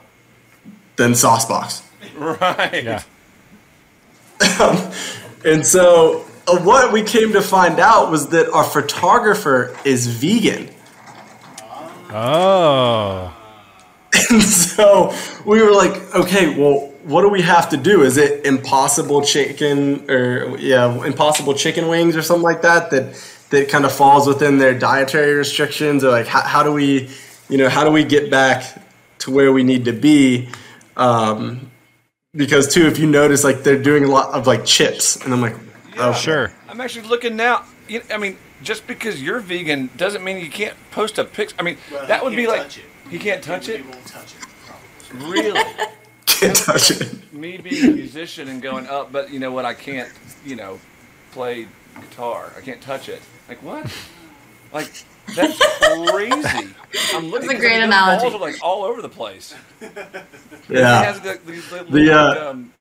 Speaker 8: than sauce box?
Speaker 10: right.
Speaker 8: And so, uh, what we came to find out was that our photographer is vegan.
Speaker 2: oh.
Speaker 8: And so we were like, okay, well, what do we have to do? Is it impossible chicken or yeah, impossible chicken wings or something like that that that kind of falls within their dietary restrictions or like how, how do we, you know, how do we get back to where we need to be? Um, because too, if you notice, like they're doing a lot of like chips, and I'm like, oh,
Speaker 2: Sure.
Speaker 10: I'm actually looking now. You- I mean, just because you're vegan doesn't mean you can't post a picture. I mean,
Speaker 1: Well,
Speaker 10: that
Speaker 1: he
Speaker 10: would be
Speaker 1: can't
Speaker 10: like
Speaker 1: touch it.
Speaker 10: he can't touch
Speaker 1: They
Speaker 10: it.
Speaker 1: won't touch it. probably.
Speaker 10: Really?
Speaker 8: can't touch it.
Speaker 10: me being a musician and going up, but you know what? I can't, you know, play guitar. I can't touch it. Like what? Like that's crazy. I'm looking.
Speaker 9: That's a great
Speaker 10: the
Speaker 9: analogy.
Speaker 10: Balls are like all over the place. It
Speaker 8: Yeah.
Speaker 10: has the, these little,
Speaker 8: The,
Speaker 10: like,
Speaker 8: uh,
Speaker 10: um,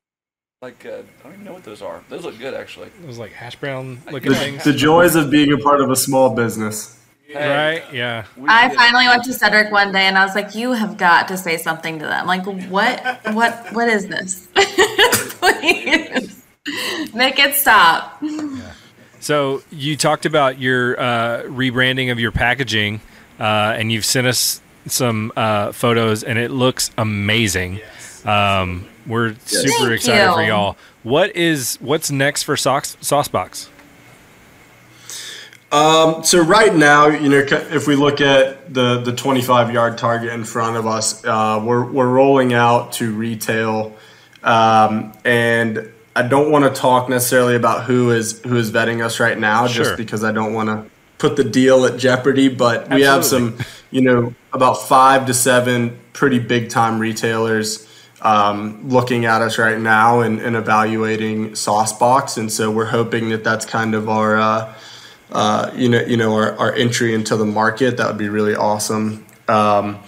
Speaker 10: like uh, I don't even know what those are. Those look good actually.
Speaker 2: It was like hash brown looking
Speaker 8: The,
Speaker 2: things.
Speaker 8: the joys of being a part of a small business.
Speaker 10: Hey,
Speaker 2: Right? Yeah.
Speaker 10: we
Speaker 9: I
Speaker 10: did-
Speaker 9: finally went to Cedric one day and I was like, "You have got to say something to them. Like, what, what, what is this? Please, make it stop."
Speaker 2: So you talked about your uh, rebranding of your packaging, uh, and you've sent us some uh, photos, and it looks amazing. um, we're super
Speaker 9: Thank
Speaker 2: excited for
Speaker 9: you.
Speaker 2: y'all. What is what's next for Sauce Saucebox?
Speaker 8: So right now, you know, ca- if we look at the the 25 yard target in front of us, uh, we're we're rolling out to retail, um, and I don't want to talk necessarily about who is who is vetting us right now,
Speaker 2: Sure.
Speaker 8: just because I don't want to put the deal at jeopardy. But we have some, you know, about five to seven pretty big time retailers um, looking at us right now and, and evaluating Saucebox, and so we're hoping that that's kind of our. Uh, uh, you know, you know, our, our entry into the market. That would be really awesome. Um,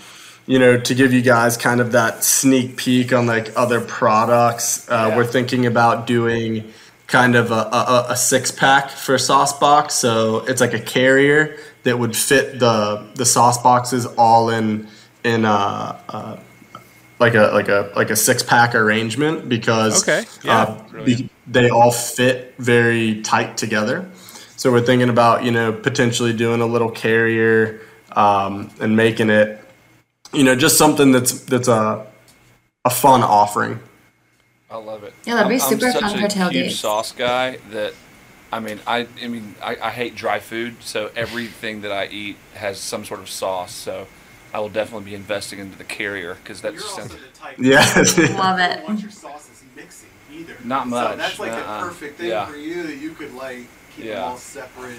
Speaker 8: you know, to give you guys kind of that sneak peek on like other products, uh, we're thinking about doing kind of a, a, a six pack for sauce box. So it's like a carrier that would fit the the sauce boxes all in in uh, uh, like a like a like a six pack arrangement because
Speaker 2: Okay,
Speaker 8: uh, be- they all fit very tight together. So we're thinking about you know potentially doing a little carrier um, and making it you know just something that's that's a a fun offering.
Speaker 10: I love it.
Speaker 11: Yeah, that'd be
Speaker 10: I'm-
Speaker 11: super
Speaker 10: I'm such
Speaker 11: fun
Speaker 10: a
Speaker 11: for tailgates.
Speaker 10: huge sauce guy that, I mean, I, I mean, I, I hate dry food, so everything that I eat has some sort of sauce. So, I will definitely be investing into the carrier because that just sounds.
Speaker 1: type
Speaker 8: Yeah.
Speaker 9: Love it.
Speaker 1: your sauces mixing either.
Speaker 10: Not much, uh-uh. Yeah.
Speaker 1: you that you could like keep
Speaker 10: Yeah.
Speaker 1: separate.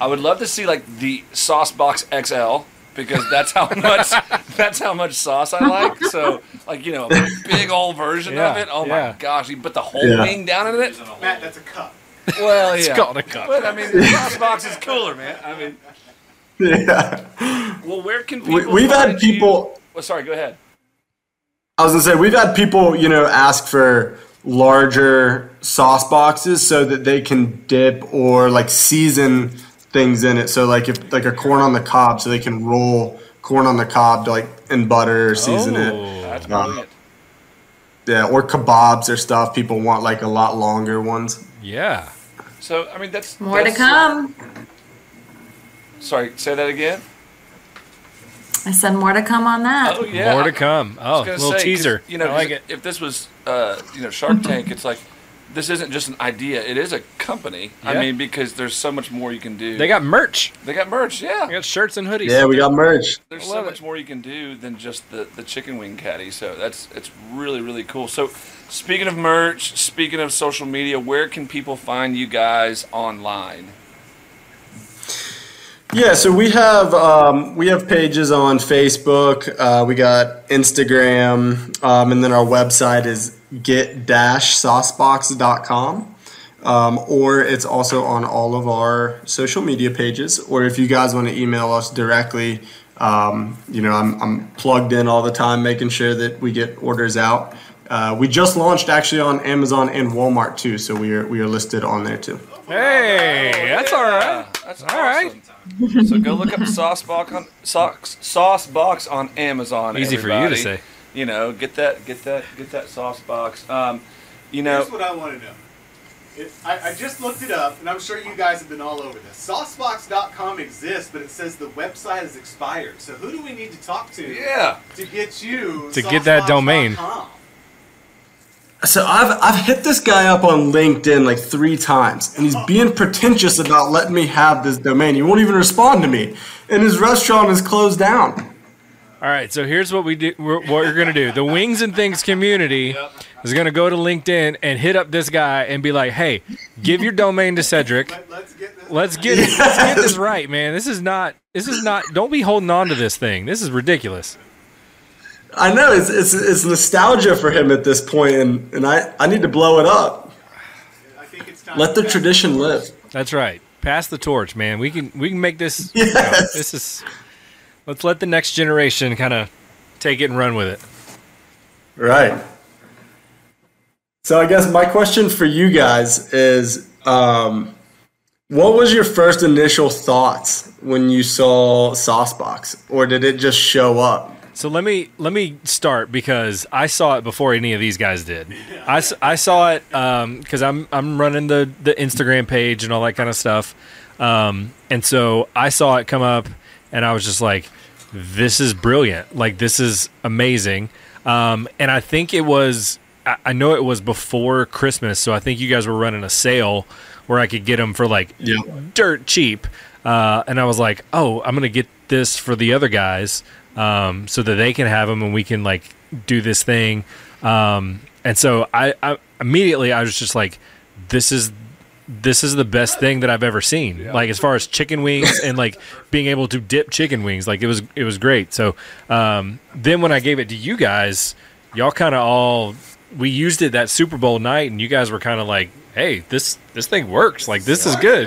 Speaker 10: I would love to see like the sauce box XL because that's how much that's how much sauce I like. So, like you know, a big old version of
Speaker 2: Yeah,
Speaker 10: it. Oh
Speaker 2: yeah.
Speaker 10: my gosh, you put the whole
Speaker 8: Yeah.
Speaker 10: wing down in it.
Speaker 1: Matt, that's a cup.
Speaker 10: Well, yeah.
Speaker 2: called a cup.
Speaker 10: But I mean, the sauce box is cooler, man. I mean.
Speaker 8: Yeah.
Speaker 10: Well, where can people?
Speaker 8: We, we've had
Speaker 10: find you-
Speaker 8: people.
Speaker 10: Well, sorry, go ahead.
Speaker 8: I was gonna say we've had people, you know, ask for larger sauce boxes so that they can dip or like season things in it. So like if like a corn on the cob, so they can roll corn on the cob to like in butter or season it.
Speaker 10: Oh, That's
Speaker 8: Um,
Speaker 10: brilliant.
Speaker 8: Yeah, or kebabs or stuff. People want like a lot longer ones.
Speaker 2: Yeah.
Speaker 10: So, I mean, that's
Speaker 9: More to
Speaker 10: that's-
Speaker 9: come.
Speaker 10: Sorry, say that again.
Speaker 9: I said more to come on that.
Speaker 10: Oh yeah,
Speaker 2: More to come. Oh,
Speaker 10: I was gonna
Speaker 2: little
Speaker 10: say, 'cause,
Speaker 2: teaser.
Speaker 10: You know,
Speaker 2: I like
Speaker 10: 'cause
Speaker 2: it.
Speaker 10: if this was, uh, you know, Shark Tank, it's like this isn't just an idea; it is a company. I
Speaker 2: Yeah.
Speaker 10: mean, because there's so much more you can do.
Speaker 2: They got merch.
Speaker 10: they got merch. Yeah,
Speaker 2: They got shirts and hoodies.
Speaker 8: Yeah, we got merch.
Speaker 10: there's
Speaker 2: I
Speaker 10: so
Speaker 2: love
Speaker 10: much more you can do than just the the chicken wing caddy. So that's it's really really cool. So speaking of merch, speaking of social media, where can people find you guys online?
Speaker 8: Yeah, so we have um, we have pages on Facebook, uh, we got Instagram, um, and then our website is get-saucebox.com. Um, or it's also on all of our social media pages. Or if you guys want to email us directly, um, you know, I'm, I'm plugged in all the time, making sure that we get orders out. Uh, we just launched actually on Amazon and Walmart too, so we are we are listed on there too.
Speaker 2: Hey, that's all right.
Speaker 10: That's
Speaker 2: All right.
Speaker 10: awesome. so go look up sauce box on sauce, sauce box on Amazon.
Speaker 2: Easy for you to
Speaker 10: everybody.
Speaker 2: say.
Speaker 10: You know, get that, get that, get that sauce box. Um, you
Speaker 1: Here's
Speaker 10: know,
Speaker 1: what I want to know. It, I, I just looked it up, and I'm sure you guys have been all over this. Saucebox.com exists, but it says the website is expired. So who do we need to talk to
Speaker 10: yeah.
Speaker 1: to get you
Speaker 2: To get that domain.
Speaker 1: saucebox.com?
Speaker 8: So I've I've hit this guy up on LinkedIn like three times, and he's being pretentious about letting me have this domain. He won't even respond to me, and his restaurant is closed down.
Speaker 2: All right, so here's what we do. We're, what you're gonna do? The Wings and Things community is gonna go to LinkedIn and hit up this guy and be like, "Hey, give your domain to Cedric.
Speaker 1: Let, us get this.
Speaker 2: Let's get it. Let's get this right, man. This is not. This is not. Don't be holding on to this thing. This is ridiculous.
Speaker 8: I know it's it's, it's nostalgia for him at this point, and, and I, I need to blow it up.
Speaker 1: I think it's time.
Speaker 8: Let the tradition live.
Speaker 2: That's right. Pass the torch, man. We can. We can make this.
Speaker 8: Yes.
Speaker 2: This is. Let's let the next generation kind of take it and run with it.
Speaker 8: Right. So I guess my question for you guys is, um, what was your first initial thoughts when you saw Saucebox, or did it just show up?
Speaker 2: So let me let me start because I saw it before any of these guys did. I, s- I saw it because I'm I'm running the the Instagram page and all that kind of stuff, um, and so I saw it come up and I was just like, this is brilliant, like this is amazing, um, and I think it was I, I know it was before Christmas, so I think you guys were running a sale where I could get them for like dirt cheap. Uh, and I was like, oh, I'm gonna get this for the other guys um, so that they can have them and we can like do this thing. Um, and so I, I immediately I was just like, this is this is the best thing that I've ever seen. Like as far as chicken wings and like being able to dip chicken wings, like it was it was great. So um, then when I gave it to you guys, y'all kind of all we used it that Super Bowl night, and you guys were kind of like, "Hey, this this thing works. Like this is good."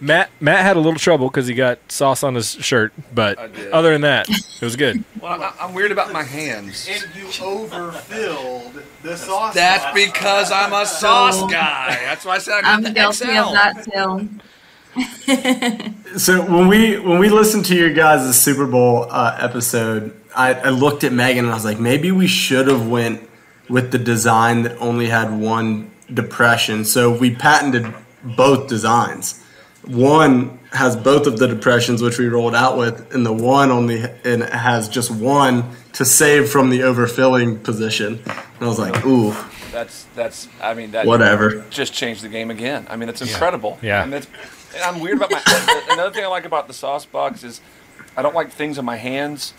Speaker 2: Matt Matt had a little trouble because he got sauce on his shirt, but
Speaker 10: did.
Speaker 2: other than that, it was good.
Speaker 10: Well, I, I'm weird about my hands.
Speaker 1: And you overfilled the sauce.
Speaker 10: That's
Speaker 1: box.
Speaker 10: because I'm a sauce guy. That's why I said I got
Speaker 9: I'm
Speaker 10: the
Speaker 9: guilty
Speaker 10: XL.
Speaker 9: of that too.
Speaker 8: So when we when we listened to your guys' Super Bowl uh, episode, I, I looked at Megan and I was like, maybe we should have went with the design that only had one depression. So we patented both designs. one has both of the depressions, which we rolled out with, and the one only and it has just one to save from the overfilling position. And I was like, ooh,
Speaker 10: That's that's. I mean, that
Speaker 8: whatever.
Speaker 10: just changed the game again. I mean, it's incredible.
Speaker 2: Yeah.
Speaker 10: And, it's, and I'm weird about my. another thing I like about the sauce box is I don't like things in my hands.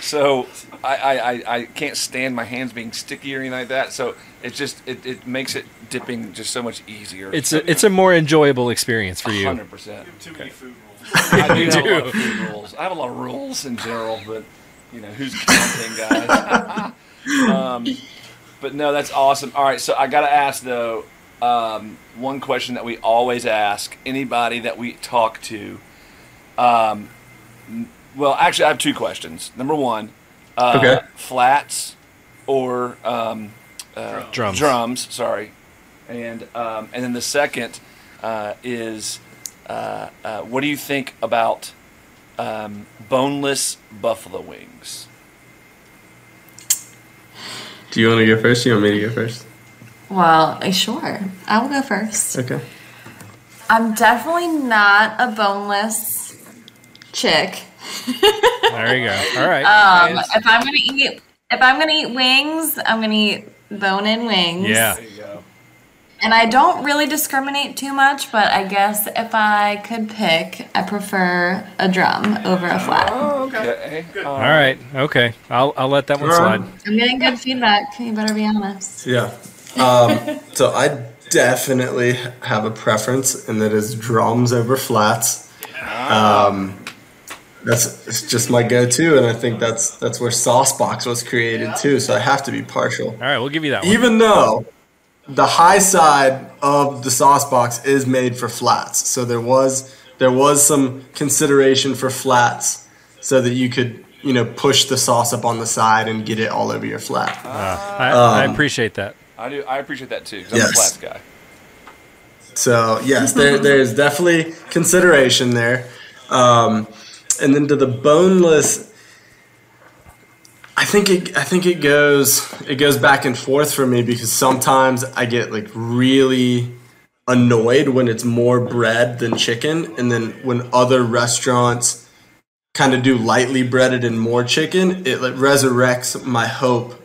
Speaker 10: So I, I, I, I can't stand my hands being sticky or anything like that. So it just it, it makes it dipping just so much easier.
Speaker 2: It's a it's a more enjoyable experience for you.
Speaker 10: hundred percent. Too many food rules. I do, have a lot of food rules. I have a lot of rules in general, but you know who's counting, guys? um, but no, that's awesome. All right, so I gotta ask though um, one question that we always ask anybody that we talk to. Um, n- well, actually, I have two questions. Number one, uh,
Speaker 8: Okay.
Speaker 10: flats or um, uh,
Speaker 2: Drums.
Speaker 10: Drums, sorry. And um, and then the second uh, is uh, uh, what do you think about um, boneless buffalo wings?
Speaker 8: Do you want to go first? Do you want me to go first?
Speaker 9: Well, eh, sure. I will go first.
Speaker 8: Okay.
Speaker 9: I'm definitely not a boneless chick.
Speaker 2: There you go. All right.
Speaker 9: Um, if I'm gonna eat, if I'm gonna eat wings, I'm gonna eat bone-in wings.
Speaker 2: yeah.
Speaker 9: And I don't really discriminate too much, but I guess if I could pick, I prefer a drum over a flat.
Speaker 10: Okay.
Speaker 2: All right. Okay. I'll I'll let that one slide.
Speaker 9: I'm getting good feedback. You better be honest.
Speaker 8: Yeah. Um, so I definitely have a preference, and that is drums over flats. Um, that's it's just my go-to, and I think that's that's where Saucebox was created too. So I have to be partial,
Speaker 2: All right. We'll give you that one.
Speaker 8: even though the high side of the Saucebox is made for flats. So there was there was some consideration for flats, so that you could you know push the sauce up on the side and get it all over your flat.
Speaker 2: I,
Speaker 8: Oh.
Speaker 2: I appreciate that.
Speaker 10: I do. I appreciate that too. 'cause I'm
Speaker 8: Yes.
Speaker 10: a flats guy.
Speaker 8: So yes, there there is definitely consideration there, um, and then to the boneless. I think it I think it goes it goes back and forth for me because sometimes I get like really annoyed when it's more bread than chicken, and then when other restaurants kind of do lightly breaded and more chicken, it like resurrects my hope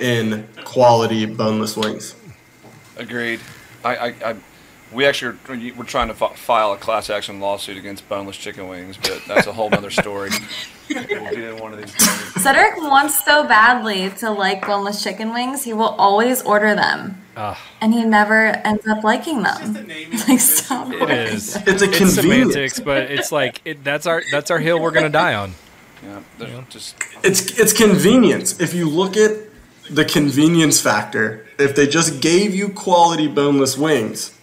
Speaker 8: in quality boneless wings.
Speaker 10: Agreed. I, I, I we actually are, we're trying to fi- file a class action lawsuit against boneless chicken wings, but that's a whole other story. we'll get in one of these. days.
Speaker 9: Cedric wants so badly to like boneless chicken wings, he will always order them.
Speaker 2: Ah.
Speaker 9: And he never ends up liking them. Like, stop.
Speaker 2: It is.
Speaker 8: It's a
Speaker 2: It's
Speaker 8: convenience.
Speaker 2: semantics, but it's like it, that's our that's our hill we're gonna die on.
Speaker 10: Yeah, there's just
Speaker 8: It's it's convenience. If you look at the convenience factor, if they just gave you quality boneless wings,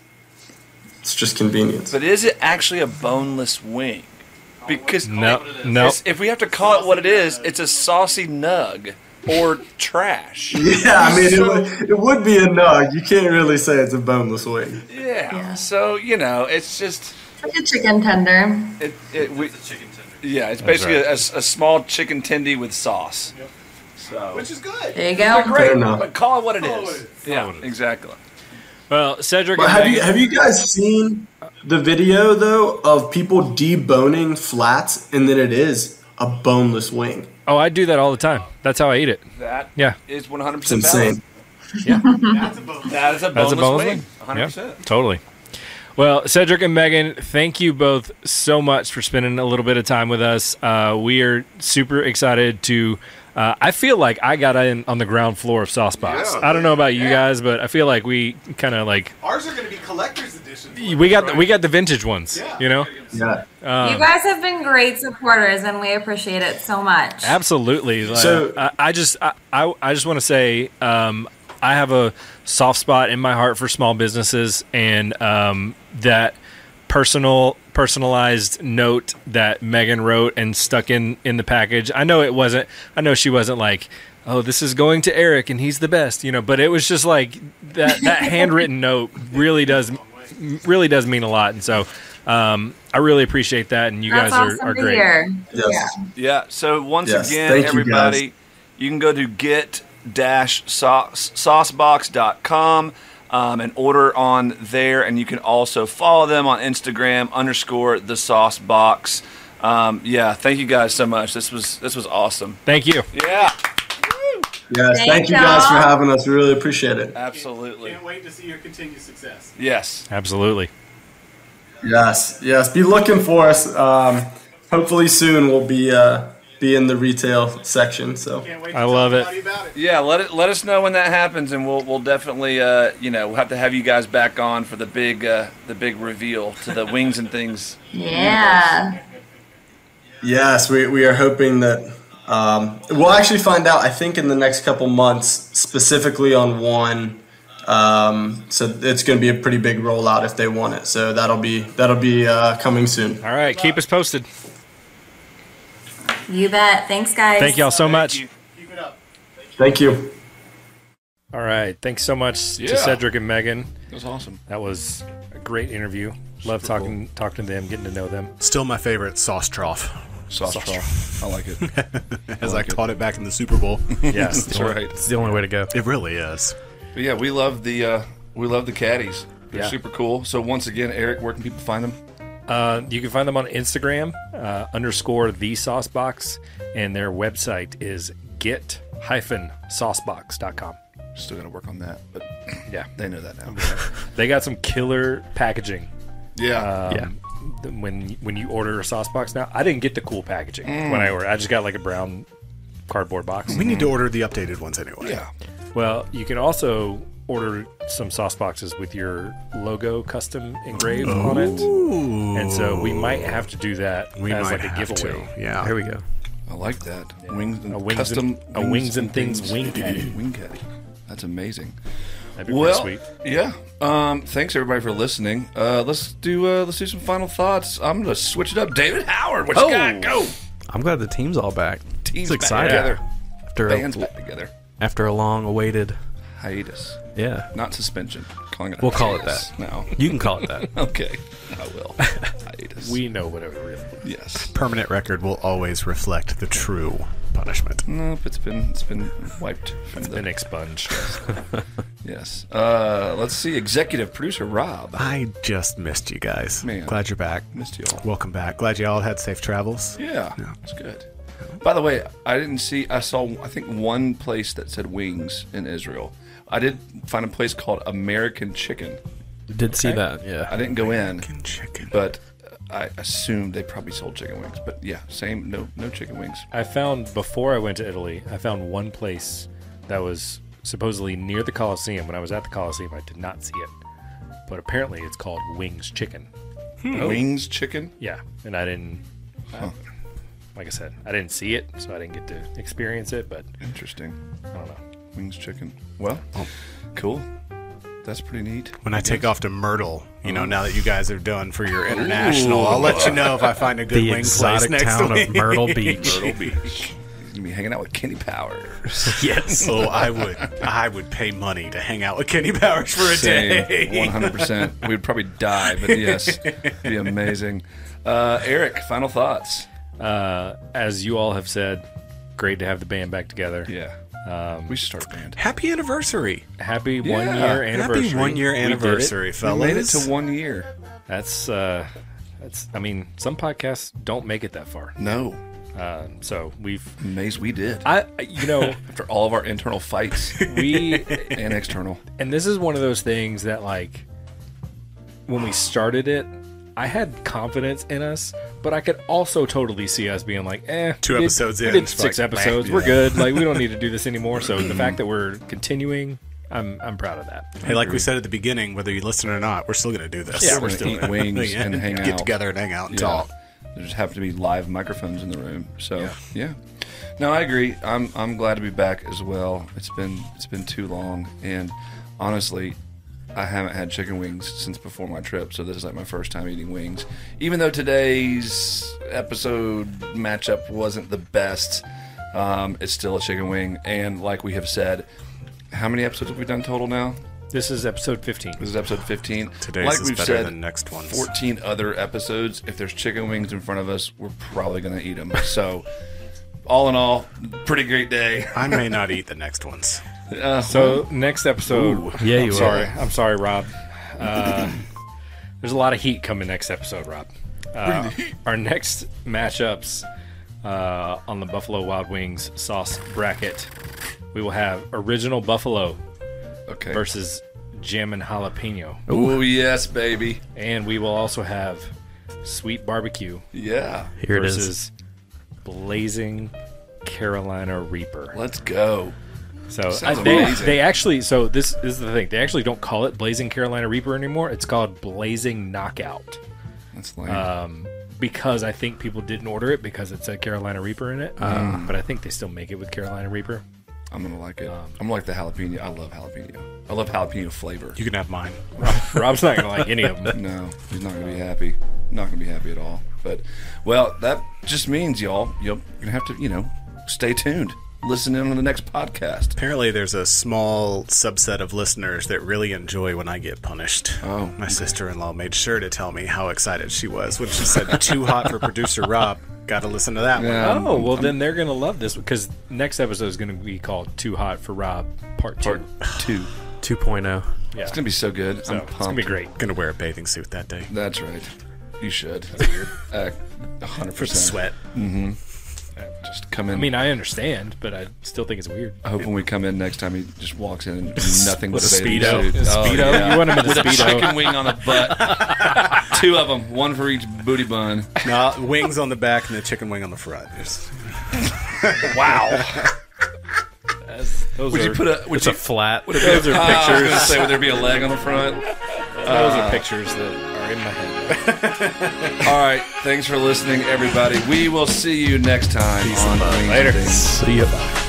Speaker 8: it's just convenience.
Speaker 10: But is it actually a boneless wing? Because
Speaker 2: No,
Speaker 10: It's-
Speaker 2: no.
Speaker 10: if we have to call it what it is, it's a saucy nug or trash.
Speaker 8: Yeah, I mean it would, it would be a nug. You can't really say it's a boneless wing.
Speaker 10: Yeah.
Speaker 9: Yeah.
Speaker 10: So you know, it's just
Speaker 9: It's like a chicken tender.
Speaker 10: it. it we, yeah, it's basically a, a small chicken tendy with sauce. So which is
Speaker 9: There you go.
Speaker 10: great,
Speaker 8: enough.
Speaker 10: but call it what it is. Yeah, exactly.
Speaker 2: Well, Cedric,
Speaker 8: But
Speaker 2: and
Speaker 8: have you
Speaker 2: Megan-
Speaker 8: have you guys seen the video though of people deboning flats and then it is a boneless wing?
Speaker 2: oh, I do that all the time. That's how I eat it.
Speaker 10: That
Speaker 2: Yeah.
Speaker 10: is 100
Speaker 8: It's
Speaker 10: percent
Speaker 8: insane.
Speaker 10: That is a boneless,
Speaker 2: That's a boneless
Speaker 10: wing.
Speaker 2: wing.
Speaker 10: 100. percent
Speaker 2: Totally. Well, Cedric and Megan, thank you both so much for spending a little bit of time with us. Uh, we are super excited to. Uh, I feel like I got in on the ground floor of Saucebox. I don't know about you guys, but I feel like we kind of like
Speaker 11: Ours are going to be collector's editions.
Speaker 2: we got the, we got the vintage ones. You know,
Speaker 8: Yeah.
Speaker 9: You guys have been great supporters, and we appreciate it so much.
Speaker 2: Absolutely. Like,
Speaker 8: So-
Speaker 2: I, I just I, I, I just want to say um, I have a soft spot in my heart for small businesses and um, that personal personalized note that Megan wrote and stuck in in the package. I know it wasn't I know she wasn't like oh this is going to Eric and he's the best, you know, but it was just like that that handwritten note really does really does mean a lot and so um, I really appreciate that and you
Speaker 9: That's
Speaker 2: guys are,
Speaker 9: awesome
Speaker 2: are
Speaker 9: to
Speaker 2: great.
Speaker 9: hear.
Speaker 8: Yes.
Speaker 9: Yeah.
Speaker 10: Yeah. So once
Speaker 8: Yes,
Speaker 10: again,
Speaker 8: thank you,
Speaker 10: everybody, you, can go to get dash saucebox.com. um, and order on there. And you can also follow them on Instagram underscore the sauce box. Um, yeah, thank you guys so much. This was this was awesome.
Speaker 2: Thank you.
Speaker 10: Yeah,
Speaker 8: Yes,
Speaker 9: Thank
Speaker 8: thank you guys for
Speaker 9: y'all.
Speaker 8: having us. We really appreciate it.
Speaker 10: absolutely.
Speaker 11: Can't wait to see your continued success.
Speaker 10: Yes.
Speaker 2: Absolutely.
Speaker 8: Yes, yes. Be looking for us. Um, hopefully soon we'll be uh, be in the retail section. So
Speaker 11: Can't wait to
Speaker 2: I
Speaker 11: tell
Speaker 2: love it.
Speaker 11: everybody about it.
Speaker 10: Yeah, let it, let us know when that happens, and we'll we'll definitely uh, you know we'll have to have you guys back on for the big uh, the big reveal to the wings and things.
Speaker 9: Yeah.
Speaker 8: yes, we, we are hoping that um, we'll actually find out. I think in the next couple months, specifically on one. Um, so it's going to be a pretty big rollout if they want it. So that'll be that'll be uh, coming soon.
Speaker 2: All right. Keep us posted.
Speaker 9: You bet. Thanks, guys.
Speaker 2: Thank y'all so much.
Speaker 11: Keep it up.
Speaker 8: Thank you.
Speaker 2: All right. Thanks so much
Speaker 4: Yeah.
Speaker 2: to Cedric and Megan.
Speaker 4: That was awesome.
Speaker 2: That was a great interview. Love talking talking to them, getting to know them.
Speaker 1: Still my favorite sauce trough,
Speaker 4: Sauce, trough. I like it.
Speaker 1: as I caught it back in the Super Bowl.
Speaker 2: Yes.
Speaker 4: That's right.
Speaker 3: It's the only way to go.
Speaker 1: it really is.
Speaker 4: But yeah, we love the uh, we love the caddies. They're
Speaker 2: Yeah.
Speaker 4: super cool. So once again, Eric, where can people find them?
Speaker 2: Uh, you can find them on Instagram uh, underscore the saucebox, and their website is get hyphen saucebox.com.
Speaker 4: Still gonna work on that, but
Speaker 2: Yeah.
Speaker 4: they know that now.
Speaker 2: They got some killer packaging.
Speaker 4: yeah,
Speaker 10: Uh,
Speaker 2: Um, th- When when you order a sauce box now, I didn't get the cool packaging when I ordered. I just got like a brown cardboard box.
Speaker 1: We need to order the updated ones anyway.
Speaker 4: yeah.
Speaker 2: Well, you can also order some sauce boxes with your logo custom engraved on it,
Speaker 1: Ooh,
Speaker 2: and so we might have to do that
Speaker 1: we
Speaker 2: as
Speaker 1: might
Speaker 2: like a
Speaker 1: have
Speaker 2: giveaway.
Speaker 1: to. Yeah.
Speaker 3: There Oh, we go.
Speaker 4: I like that. Wings and
Speaker 2: A wings
Speaker 4: custom
Speaker 2: and- a wings and things wing caddy.
Speaker 4: Wing caddy. That's amazing.
Speaker 2: That'd be
Speaker 4: well,
Speaker 2: pretty sweet.
Speaker 4: yeah. Um, thanks everybody for listening. Uh, let's do uh, let's do some final thoughts. I'm gonna switch it up. David Howard, what you
Speaker 2: Oh,
Speaker 4: got? Go.
Speaker 3: I'm glad the team's all back.
Speaker 4: Teams
Speaker 3: it's exciting.
Speaker 4: back together.
Speaker 3: After
Speaker 4: Bands
Speaker 3: a,
Speaker 4: back together.
Speaker 3: after a long awaited.
Speaker 4: Hiatus,
Speaker 3: Yeah.
Speaker 4: not suspension. Calling it. a
Speaker 3: We'll call it
Speaker 4: hiatus
Speaker 3: that.
Speaker 4: now.
Speaker 3: You can call it that.
Speaker 4: Okay, I will. Hiatus.
Speaker 2: We know what it really.
Speaker 4: yes.
Speaker 1: Permanent record will always reflect the true punishment.
Speaker 4: Nope, it's been it's been wiped from the
Speaker 2: Been expunged.
Speaker 4: yes. Uh, let's see. Executive producer Rob.
Speaker 1: I just missed you guys.
Speaker 4: Man.
Speaker 1: Glad you're back.
Speaker 4: Missed you all.
Speaker 1: Welcome back. Glad you all had safe travels.
Speaker 4: Yeah, it's good. By the way, I didn't see. I saw. I think one place that said wings in Israel. I did find a place called American Chicken.
Speaker 3: Did see that. Yeah.
Speaker 4: I didn't go in,
Speaker 1: Chicken.
Speaker 4: but uh, I assumed they probably sold chicken wings. But yeah, same. No, no chicken wings.
Speaker 2: I found before I went to Italy, I found one place that was supposedly near the Colosseum. When I was at the Colosseum, I did not see it, but apparently it's called Wings Chicken.
Speaker 4: Wings chicken.
Speaker 2: Yeah, and I didn't. Like I said, I didn't see it, so I didn't get to experience it. But
Speaker 4: Interesting.
Speaker 2: I don't know.
Speaker 4: Wings chicken. Well, cool. That's pretty neat.
Speaker 1: When I take off to Myrtle, you know, now that you guys are done for your international, I'll let you know if I find a good
Speaker 3: The
Speaker 1: wing place
Speaker 3: exotic
Speaker 1: next
Speaker 3: town
Speaker 1: week.
Speaker 3: of Myrtle Beach.
Speaker 4: Myrtle Beach. He's gonna be hanging out with Kenny Powers.
Speaker 1: yes. Oh, I would. I would pay money to hang out with Kenny Powers for a
Speaker 4: Same, one
Speaker 1: day.
Speaker 4: hundred percent. We'd probably die, but yes, be amazing. Uh, Eric, final thoughts.
Speaker 2: Uh, as you all have said, great to have the band back together.
Speaker 4: Yeah, um, we should start a band.
Speaker 1: Happy anniversary.
Speaker 2: Happy one
Speaker 4: Yeah.
Speaker 2: year anniversary.
Speaker 1: Happy one year
Speaker 2: We did it.
Speaker 1: anniversary,
Speaker 4: We
Speaker 1: fellas.
Speaker 4: made it to one year.
Speaker 2: That's uh, that's. I mean, some podcasts don't make it that far.
Speaker 4: No,
Speaker 2: Uh, so we've.
Speaker 4: amazed we did
Speaker 2: I you know
Speaker 4: after all of our internal fights
Speaker 2: we
Speaker 4: and external.
Speaker 2: and this is one of those things that like when we started it i had confidence in us but i could also totally see us being like eh
Speaker 1: Two
Speaker 2: we did-
Speaker 1: episodes
Speaker 2: we
Speaker 1: in,
Speaker 2: did
Speaker 1: it's
Speaker 2: six
Speaker 1: like,
Speaker 2: episodes
Speaker 1: meh,
Speaker 2: we're
Speaker 1: yeah.
Speaker 2: good like we don't need to do this anymore so the fact that we're continuing i'm i'm proud of that
Speaker 1: Hey, like we said at the beginning, whether you listen or not, we're still going to do this.
Speaker 2: Yeah,
Speaker 4: We're
Speaker 2: we're
Speaker 4: gonna
Speaker 2: still
Speaker 4: eat wings
Speaker 1: Yeah.
Speaker 4: and hang
Speaker 1: Get
Speaker 4: out.
Speaker 1: together and hang out and
Speaker 4: Yeah.
Speaker 1: talk.
Speaker 4: There just happen to be live microphones in the room. So yeah. No, I agree. I'm I'm glad to be back as well. It's been it's been too long and honestly I haven't had chicken wings since before my trip, so this is like my first time eating wings. Even though today's episode matchup wasn't the best, um, it's still a chicken wing. And like we have said, how many episodes have we done total now?
Speaker 2: this is episode 15
Speaker 4: This is episode 15.
Speaker 1: Today's
Speaker 4: like
Speaker 1: is
Speaker 4: we've
Speaker 1: better
Speaker 4: said,
Speaker 1: than next one's.
Speaker 4: 14 other episodes. If there's chicken wings in front of us, we're probably going to eat them. So, all in all, pretty great day.
Speaker 1: I may not eat the next ones.
Speaker 4: Uh,
Speaker 2: So next episode.
Speaker 3: Yeah,
Speaker 2: I'm
Speaker 3: you are.
Speaker 2: sorry. I'm sorry, Rob. Uh, there's a lot of heat coming next episode, Rob. Uh, our next matchups uh, on the Buffalo Wild Wings sauce bracket, we will have original Buffalo
Speaker 4: okay.
Speaker 2: versus jam and jalapeno,
Speaker 4: Oh yes, baby.
Speaker 2: and we will also have sweet barbecue
Speaker 4: Yeah.
Speaker 3: Here it is.
Speaker 2: versus blazing Carolina Reaper.
Speaker 4: Let's go.
Speaker 2: So I,
Speaker 4: Sounds
Speaker 2: they,
Speaker 4: amazing.
Speaker 2: they actually so this, this is the thing. They actually don't call it Blazing Carolina Reaper anymore. It's called Blazing Knockout
Speaker 4: That's lame.
Speaker 1: Uh,
Speaker 2: because I think people didn't order it because it said Carolina Reaper in it.
Speaker 4: Mm.
Speaker 2: Um, but I think they still make it with Carolina Reaper.
Speaker 4: I'm gonna like it. I'm gonna like the jalapeno. I love jalapeno. I love jalapeno flavor.
Speaker 1: You can have mine.
Speaker 2: Rob's not gonna like any of them.
Speaker 4: No, he's not gonna be happy. Not gonna be happy at all. But well, that just means y'all, you're gonna have to, you know, stay tuned. Listen in on the next podcast.
Speaker 1: Apparently, there's a small subset of listeners that really enjoy when I get punished. Oh, my sister-in-law made sure to tell me how excited she was when she said "too hot for producer Rob." Got to listen to that one.
Speaker 4: Um,
Speaker 2: Oh well, then they're gonna love this because next episode is gonna be called "Too Hot for Rob" Part Two.
Speaker 4: two.
Speaker 3: 2.0.
Speaker 2: yeah,
Speaker 4: It's gonna be so good.
Speaker 2: so
Speaker 4: I'm
Speaker 2: it's
Speaker 4: pumped.
Speaker 2: gonna be great.
Speaker 1: Gonna wear a bathing suit that day.
Speaker 4: That's right. You should. Uh, 100%.
Speaker 1: For the sweat.
Speaker 4: Just come in.
Speaker 2: I mean, I understand, but I still think it's weird.
Speaker 4: I hope when we come in next time, he just walks in and nothing but
Speaker 1: a
Speaker 4: bathing
Speaker 1: Speedo.
Speaker 4: suit. Oh,
Speaker 2: Speedo,
Speaker 4: yeah.
Speaker 2: you want him in a
Speaker 4: With a
Speaker 2: speedo?
Speaker 4: chicken wing on a butt. Two of them, one for each booty bun.
Speaker 1: Nah, wings on the back and the chicken wing on the front. Just-
Speaker 2: Those
Speaker 4: Would
Speaker 2: are,
Speaker 4: you put a? Would
Speaker 3: It's
Speaker 4: you,
Speaker 3: a flat.
Speaker 4: would it be a-
Speaker 2: those are
Speaker 4: Ah, I was
Speaker 2: pictures.
Speaker 4: gonna say, would there be a leg on the front?
Speaker 2: those are pictures that are in my head.
Speaker 4: All right. Thanks for listening, everybody. We will see you next time on Wings and Dings.
Speaker 3: See ya. Bye.